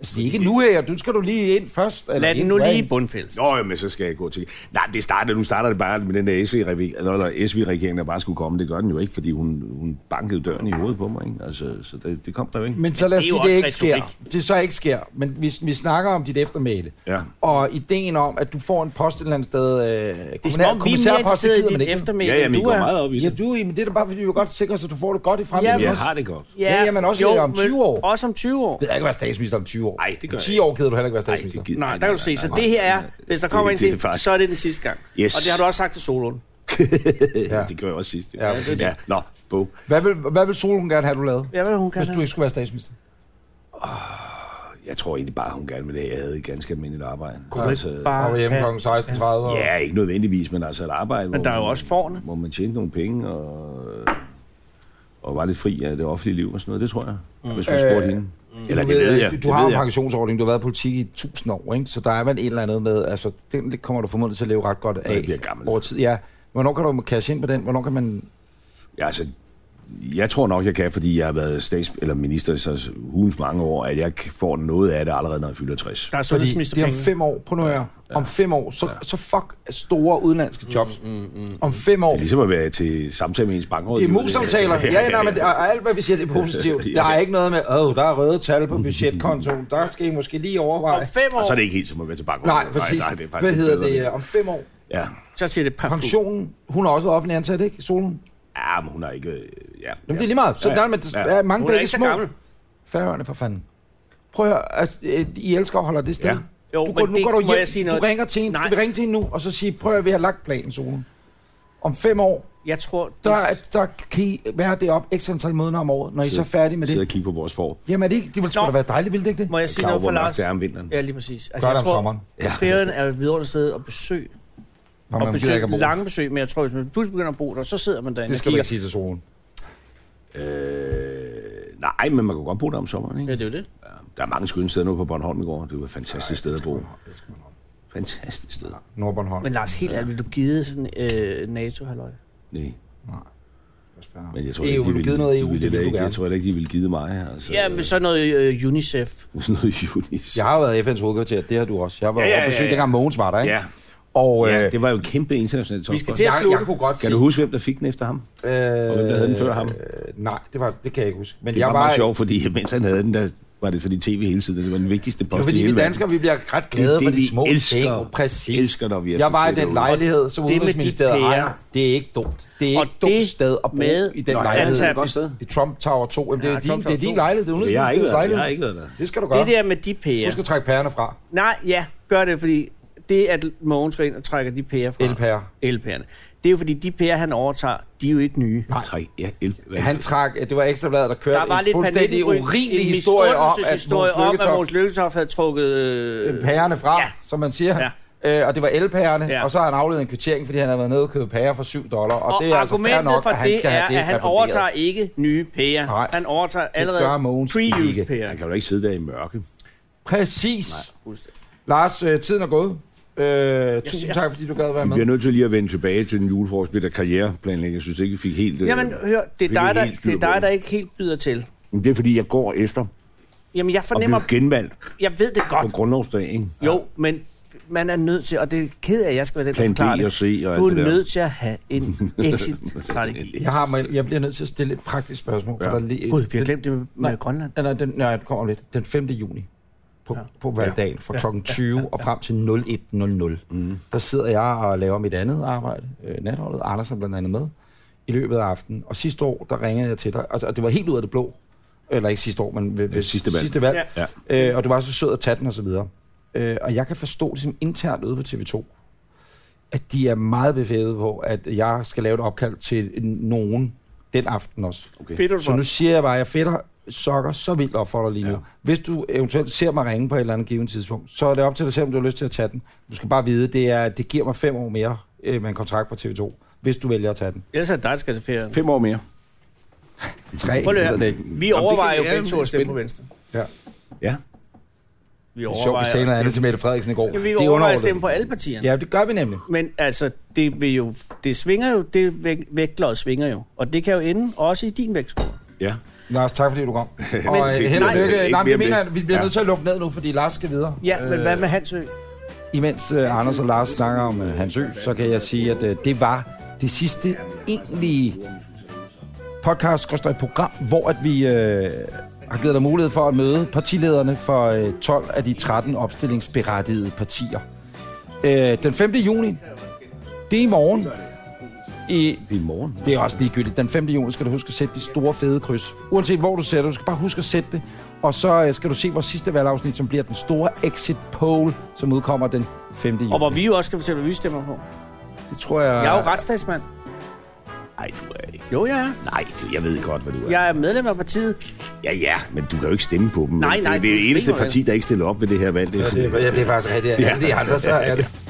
Speaker 1: Altså, det er ikke nu her. Du skal du lige ind først. Eller
Speaker 2: Lad den
Speaker 1: ind
Speaker 2: nu
Speaker 1: nu
Speaker 2: lige bundfældes.
Speaker 3: Nå, jamen, så skal jeg gå til. Nej, det starter, nu starter det bare med den der SE-regering, eller SV-regering, der bare skulle komme. Det gør den jo ikke, fordi hun, hun bankede døren i hovedet på mig. Ikke? Altså, så det, det kom der jo ikke.
Speaker 1: Men så lad os
Speaker 2: det er jo
Speaker 1: sige, det
Speaker 2: også
Speaker 1: ikke sker.
Speaker 2: retorik.
Speaker 1: Det så ikke sker. Men vi, vi snakker om dit eftermæle.
Speaker 3: Ja.
Speaker 1: Og ideen om, at du får en post et eller andet sted... Øh,
Speaker 2: Det er som om, vi er mere interesserede i dit eftermæle,
Speaker 3: Ja, ja,
Speaker 2: end
Speaker 3: men I
Speaker 2: du
Speaker 3: går
Speaker 2: er.
Speaker 3: meget op i
Speaker 1: Ja,
Speaker 3: det.
Speaker 1: du, jamen, det er da bare, fordi vi vil godt sikre os, at du får det godt i fremtiden.
Speaker 2: Jamen,
Speaker 3: Jeg
Speaker 1: også.
Speaker 3: har det godt.
Speaker 1: Ja, ja, men også om 20 år.
Speaker 2: Også om 20 år.
Speaker 1: Jeg gider ikke være statsminister om 20 år.
Speaker 3: Nej, det gør
Speaker 1: Om
Speaker 3: jeg
Speaker 1: 10
Speaker 3: ikke.
Speaker 1: år gider du heller ikke være
Speaker 3: Nej,
Speaker 1: statsminister.
Speaker 3: det gider-
Speaker 2: Nej,
Speaker 3: nej,
Speaker 2: der kan du
Speaker 3: nej,
Speaker 2: se. Så
Speaker 3: nej,
Speaker 2: det
Speaker 3: nej.
Speaker 2: her er, hvis der kommer
Speaker 3: Det-
Speaker 2: en
Speaker 3: det er
Speaker 2: til,
Speaker 3: faktisk-
Speaker 2: så er det den sidste gang.
Speaker 3: Yes.
Speaker 2: Og det har du også sagt til Solon.
Speaker 1: Ja.
Speaker 3: ja. det gør jeg også sidst. Jo.
Speaker 1: Ja,
Speaker 3: Ja,
Speaker 1: præcis.
Speaker 3: ja. Nå, bo.
Speaker 1: Hvad vil, hvad vil Solen gerne have, du lavede?
Speaker 2: Ja, hvad Ah, hun kan
Speaker 1: Hvis du ikke skulle være statsminister.
Speaker 3: Jeg tror egentlig bare, hun gerne ville have, at jeg havde et ganske almindeligt arbejde. Altså,
Speaker 2: Kunne du
Speaker 1: Altså,
Speaker 2: ikke bare
Speaker 1: Og var hjemme
Speaker 2: have-
Speaker 1: kl. 16.30. og-
Speaker 3: Ja, ikke nødvendigvis, men altså et arbejde,
Speaker 2: Men der er jo
Speaker 3: man,
Speaker 2: også forne.
Speaker 3: hvor man tjente nogle penge og, og var lidt fri af det offentlige liv og sådan noget. Det tror jeg,
Speaker 2: Mm.
Speaker 3: hvis man spurgte
Speaker 1: Øh,
Speaker 3: hende. Eller
Speaker 1: du
Speaker 3: det ved jeg.
Speaker 1: Du,
Speaker 3: det
Speaker 1: du har
Speaker 3: ved
Speaker 1: jo en
Speaker 3: jeg.
Speaker 1: pensionsordning, du har været i politik i 1000 år, ikke? så der er vel et eller andet med, altså den kommer du formodentlig til at leve ret godt af
Speaker 3: jeg bliver gammel.
Speaker 1: over tid. Ja. Hvornår kan du cash ind på den? Hvornår kan man...
Speaker 3: Ja, altså, jeg tror nok, jeg kan, fordi jeg har været stats- eller minister i så hulens mange år, at jeg får noget af det allerede, når jeg fylder 60.
Speaker 2: Der er
Speaker 1: Fordi det er om
Speaker 2: sundhedsministerpenge.
Speaker 1: fem år, prøv nu at høre, om fem år, så, så fuck store udenlandske jobs.
Speaker 3: Mm,
Speaker 1: Om fem år,
Speaker 3: Det er ligesom at være til samtale med ens bankråd.
Speaker 1: Det er
Speaker 3: [LAUGHS]
Speaker 1: mus-samtaler. Ja, nej, men og alt, hvad vi siger, det er positivt. Der er ikke noget med, åh, der er røde tal
Speaker 3: [LAUGHS]
Speaker 1: på budgetkontoen. Der skal I måske lige
Speaker 2: Om
Speaker 1: overveje.
Speaker 2: fem
Speaker 3: Og så er
Speaker 2: år,
Speaker 3: det ikke helt som at være til bankråd.
Speaker 1: Nej, præcis.
Speaker 3: Nej, det er faktisk
Speaker 1: Hvad
Speaker 3: lidt
Speaker 1: hedder
Speaker 3: bedre,
Speaker 1: det? Om fem år.
Speaker 3: Ja.
Speaker 2: så siger det parfum.
Speaker 1: Pensionen. Hun har også været offentlig ansat, ikke? Solen.
Speaker 3: ja, men hun har ikke... øh, Ja,
Speaker 1: Jamen, det er lige meget. Så
Speaker 3: Ja,
Speaker 1: der er, men der
Speaker 3: ja.
Speaker 1: er mange
Speaker 2: Hun er
Speaker 1: begge
Speaker 2: ikke så
Speaker 1: små.
Speaker 2: gammel.
Speaker 1: Færøerne for fanden. Prøv at høre, altså, øh, I elsker og holder det sted.
Speaker 3: Ja.
Speaker 2: Jo,
Speaker 1: du
Speaker 2: men
Speaker 1: går, nu
Speaker 2: det
Speaker 1: går du
Speaker 2: må
Speaker 1: hjem,
Speaker 2: jeg sige
Speaker 1: du
Speaker 2: noget.
Speaker 1: ringer til en, skal
Speaker 2: Nej.
Speaker 1: vi ringe til en nu, og så sige, prøv at høre, vi har lagt planen, Solen. Om fem år,
Speaker 2: Jeg tror, det-
Speaker 1: der, er- der kan I være det op x antal måneder om året, når I så er færdige med det.
Speaker 3: Sidder og kigger på vores for.
Speaker 1: Jamen er det ikke? Det ville sgu
Speaker 2: Nå.
Speaker 1: da være dejligt, ville det ikke det?
Speaker 2: må jeg sige
Speaker 3: Klar,
Speaker 2: noget
Speaker 3: hvor
Speaker 2: for
Speaker 3: mørkt
Speaker 2: Lars?
Speaker 3: det er om vinteren.
Speaker 2: Ja, lige præcis. Altså,
Speaker 1: Gør det
Speaker 2: jeg
Speaker 1: om sommeren.
Speaker 3: Ja.
Speaker 2: Ferien er jo et vidunderligt sted at besøge.
Speaker 1: Nå, man
Speaker 2: Og
Speaker 1: gider
Speaker 2: besøg,
Speaker 1: ikke at bo.
Speaker 2: lange besøg, men jeg tror, hvis man pludselig begynder at bo der, så sidder man derinde
Speaker 1: Det
Speaker 2: og
Speaker 1: skal man
Speaker 2: kigger.
Speaker 1: ikke sige til solen.
Speaker 3: Øh, nej, men man kan godt bo der om sommeren,
Speaker 2: Ja,
Speaker 3: ikke?
Speaker 2: det er jo det.
Speaker 3: Ja. Der er mange skønne steder nu på Bornholm i går. Det var et fantastisk sted at bo. Fantastisk sted.
Speaker 1: Nordbornholm.
Speaker 2: Men Lars, helt ærligt, vil du give sådan øh, NATO-halløj?
Speaker 3: Nej. Men jeg tror
Speaker 1: EU,
Speaker 3: ikke, de
Speaker 1: du givet
Speaker 3: ville,
Speaker 1: noget
Speaker 3: de
Speaker 1: EU, det
Speaker 3: ville,
Speaker 1: ville
Speaker 3: da
Speaker 1: du
Speaker 3: ikke,
Speaker 1: gerne.
Speaker 3: jeg tror da ikke, de ville give mig. Altså,
Speaker 2: Ja,
Speaker 3: [LAUGHS]
Speaker 2: men så noget øh, UNICEF.
Speaker 3: Noget junis.
Speaker 1: Jeg har jo været i FN's hovedkvarter, det har du også. Jeg har været
Speaker 3: Ja,
Speaker 1: ja,
Speaker 3: ja,
Speaker 1: ja,
Speaker 3: ja,
Speaker 1: besøg,
Speaker 3: ja.
Speaker 1: dengang Mogens var der, ikke?
Speaker 3: Ja.
Speaker 1: Og øh,
Speaker 3: ja, det var jo en kæmpe international topsport.
Speaker 2: Vi skal til at
Speaker 1: jeg,
Speaker 2: slutte.
Speaker 1: jeg kunne godt
Speaker 3: Kan
Speaker 1: se-
Speaker 3: du huske, hvem der fik den efter ham?
Speaker 1: Øh,
Speaker 3: Og hvem der havde den før ham?
Speaker 1: Øh, nej, det, var, det kan jeg ikke huske. Men
Speaker 3: Det
Speaker 1: jeg
Speaker 3: var
Speaker 1: var,
Speaker 3: meget sjovt, fordi [LAUGHS] mens han havde den, der var det så de tv hele tiden. Det var den vigtigste post
Speaker 1: Det var fordi
Speaker 3: i
Speaker 1: vi
Speaker 3: hele verden.
Speaker 1: danskere, vi bliver ret glade
Speaker 3: det,
Speaker 1: for de
Speaker 3: vi
Speaker 1: små
Speaker 3: elsker.
Speaker 1: ting. Præcis.
Speaker 3: Elsker, når vi er
Speaker 1: jeg var i
Speaker 3: sorteret
Speaker 1: den
Speaker 3: ud.
Speaker 1: lejlighed, som
Speaker 2: med de
Speaker 1: Udenrigsministeriet
Speaker 2: pære.
Speaker 1: ejer. Det er ikke dumt. Det er
Speaker 2: Og
Speaker 1: ikke et dumt
Speaker 2: det
Speaker 1: sted at bo
Speaker 2: med
Speaker 1: i den
Speaker 3: Nå, ja,
Speaker 1: lejlighed.
Speaker 3: det er et
Speaker 2: ansat.
Speaker 3: godt sted.
Speaker 1: I Trump Tower 2. Jamen, det, er
Speaker 2: Ja,
Speaker 1: din,
Speaker 2: Trump
Speaker 1: det er
Speaker 2: Tower
Speaker 1: din
Speaker 2: 2.
Speaker 1: lejlighed, det er
Speaker 3: Jeg har ikke
Speaker 1: Udenrigsministeriets
Speaker 3: været der. Jeg har
Speaker 1: lejlighed.
Speaker 3: ikke været der.
Speaker 1: Det skal du gøre.
Speaker 2: Det der med de pærer.
Speaker 1: Husk at trække pærerne fra.
Speaker 2: Nej, ja, gør det, fordi det, at Mogens går ind og trækker de pærer fra.
Speaker 1: Elpærer.
Speaker 2: Elpærerne. Det er jo fordi, de pærer, han overtager, de er jo ikke nye.
Speaker 1: Nej.
Speaker 3: Tre, ja, el.
Speaker 1: Han trak, det var ekstrabladet, der kørte
Speaker 2: Der var
Speaker 1: en
Speaker 2: lidt
Speaker 1: fuldstændig
Speaker 2: panik i-
Speaker 1: urimelig
Speaker 2: en
Speaker 1: historie om, at
Speaker 2: historie om, at Mogens
Speaker 1: Mogens
Speaker 2: Lykketoft havde trukket... Øh,
Speaker 1: Lykketoft pærerne fra,
Speaker 2: Ja.
Speaker 1: ja. som man siger. Ja. Øh, og det var elpærerne,
Speaker 2: Ja.
Speaker 1: ja. og så har han afledt en kvittering, fordi han havde været nede og købt pærer for 7 dollar. Og,
Speaker 2: Og,
Speaker 1: det er altså
Speaker 2: argumentet
Speaker 1: fair nok,
Speaker 2: for
Speaker 1: at han
Speaker 2: det
Speaker 1: skal
Speaker 2: er,
Speaker 1: have det
Speaker 2: at han
Speaker 1: refunderet.
Speaker 2: overtager ikke nye pærer.
Speaker 1: Nej,
Speaker 2: han overtager
Speaker 1: gør
Speaker 2: allerede
Speaker 1: Mogens
Speaker 2: pre-used
Speaker 1: ikke.
Speaker 2: pærer.
Speaker 3: Han kan jo ikke sidde der i mørke.
Speaker 1: Præcis. Nej.
Speaker 2: Fuldstændig.
Speaker 1: Lars, øh, tiden er gået. Øh, tusind
Speaker 2: siger-
Speaker 1: tak, fordi du gad at være
Speaker 3: Vi
Speaker 1: med.
Speaker 3: bliver nødt til lige at vende tilbage til den julefrokost med der karriereplanlægning. Jeg synes ikke, vi fik helt... øh,
Speaker 2: Jamen, hør, det
Speaker 3: fik
Speaker 2: er dig, der,
Speaker 3: helt styr
Speaker 2: det er
Speaker 3: på
Speaker 2: dig, der ikke helt byder til.
Speaker 3: Men det er, fordi jeg går efter
Speaker 2: Jamen, jeg
Speaker 3: at
Speaker 2: fornemmer...
Speaker 3: blive genvalgt
Speaker 2: Jeg ved det
Speaker 3: på
Speaker 2: godt.
Speaker 3: grundlovsdag, ikke?
Speaker 2: Jo, men man er nødt til, og det er ked af, at jeg skal være den, der
Speaker 3: Plan B
Speaker 2: forklarer
Speaker 3: og C og
Speaker 2: Du
Speaker 3: alt
Speaker 2: er
Speaker 3: det der.
Speaker 2: nødt til at have
Speaker 1: [LAUGHS]
Speaker 2: en exit-strategi.
Speaker 1: Jeg, har, mig- jeg bliver nødt til at stille et praktisk spørgsmål. For
Speaker 3: Ja.
Speaker 1: der er lige-
Speaker 2: Gud, vi har glemt det med, med
Speaker 1: Nej.
Speaker 2: Grønland.
Speaker 1: Nej, nej, den, nej, den kommer om lidt. Den 5. juni på, ja. på valgdagen fra kl. 20 og frem til 01.00. Mm. Der sidder jeg og laver mit andet arbejde, øh, natholdet. Anders er blandt andet med i løbet af aftenen. Og sidste år, der ringede jeg til dig, Altså, og, og det var helt ud af det blå. Eller ikke sidste år, men ved, ved
Speaker 3: sidste valg.
Speaker 1: Sidste valg.
Speaker 3: Ja.
Speaker 1: Ja. Øh, og du var så sød at tage den og så videre. Øh, og jeg kan forstå det som internt ude på TV2, at de er meget bevæget på, at jeg skal lave et opkald til nogen den aften også.
Speaker 3: Okay.
Speaker 2: Fedt, er du
Speaker 1: Så nu
Speaker 2: for.
Speaker 1: siger jeg bare, at jeg fedter sokker så vildt op for dig lige nu.
Speaker 3: Ja.
Speaker 1: Ja. Hvis du eventuelt ser mig ringe på et eller andet givet tidspunkt, så er det op til dig selv, om du har lyst til at tage den. Du skal bare vide, det er, det giver mig fem år mere øh, med en kontrakt på TV2, hvis du vælger at tage den.
Speaker 2: Ellers er det dig, der skal til ferie.
Speaker 3: Fem år mere.
Speaker 1: Tre,
Speaker 2: Prøv lige
Speaker 1: jeg
Speaker 2: at
Speaker 1: ved det
Speaker 2: høre.
Speaker 1: ikke.
Speaker 2: Vi overvejer jo
Speaker 3: det kan-
Speaker 2: begge to at stemme på Venstre.
Speaker 1: Ja.
Speaker 3: Ja.
Speaker 2: Vi
Speaker 1: Det er sjovt, vi
Speaker 2: overvejer
Speaker 1: sagde noget
Speaker 2: at
Speaker 1: andet
Speaker 2: stemme,
Speaker 1: til Mette Frederiksen i går.
Speaker 2: Jamen, vi
Speaker 1: Det er
Speaker 2: overvejer at
Speaker 1: underordnet.
Speaker 2: stemme på alle partierne.
Speaker 1: Ja, det gør vi nemlig.
Speaker 2: Men altså, det, vil jo, det svinger jo, det væk- vægtlod svinger jo. Og det kan jo ende også i din vægtskole.
Speaker 3: Ja.
Speaker 1: Lars, tak fordi du [LAUGHS] kom. og øh,
Speaker 3: det-
Speaker 1: held og
Speaker 3: nej,
Speaker 1: lykke.
Speaker 3: ikke
Speaker 1: Nej, men
Speaker 3: mere
Speaker 1: jeg
Speaker 3: om
Speaker 1: mener,
Speaker 3: det.
Speaker 1: at vi bliver
Speaker 3: Ja.
Speaker 1: nødt til at lukke ned nu, fordi Lars skal videre.
Speaker 2: Ja, men hvad med Hansø?
Speaker 1: Imens øh, Anders og Lars snakker om øh, Hans Ø, så kan jeg sige, at øh, det var det sidste egentlige podcast et program, hvor at vi øh, har givet dig mulighed for at møde partilederne for øh, 12 af de 13 opstillingsberettigede partier. Øh, den 5. juni, det er i morgen. I,
Speaker 3: Det er i morgen.
Speaker 1: det er også ligegyldigt. Den 5. juni skal du huske at sætte de store fede kryds. Uanset hvor du sætter, du skal bare huske at sætte det. Og så øh, skal du se vores sidste valgafsnit, som bliver den store exit poll, som udkommer den 5. juni.
Speaker 2: Og hvor vi jo også skal fortælle, hvad vi stemmer på.
Speaker 1: Det tror jeg...
Speaker 2: Jeg er jo retsstatsmand.
Speaker 3: Nej, du er ikke.
Speaker 2: Jo, jeg er.
Speaker 3: Nej, det, jeg ved godt, hvad du er.
Speaker 2: Jeg er medlem af partiet.
Speaker 3: Ja, ja, men du kan jo ikke stemme på dem.
Speaker 2: Nej,
Speaker 3: Det-
Speaker 2: nej,
Speaker 3: Det er
Speaker 2: du
Speaker 3: det eneste
Speaker 2: stemmer jo.
Speaker 3: parti, der ikke stiller op ved det her valg. Det er
Speaker 1: [LAUGHS] Ja, det, er- ja, det er faktisk rigtigt. Ja. Alle de andre, så er det.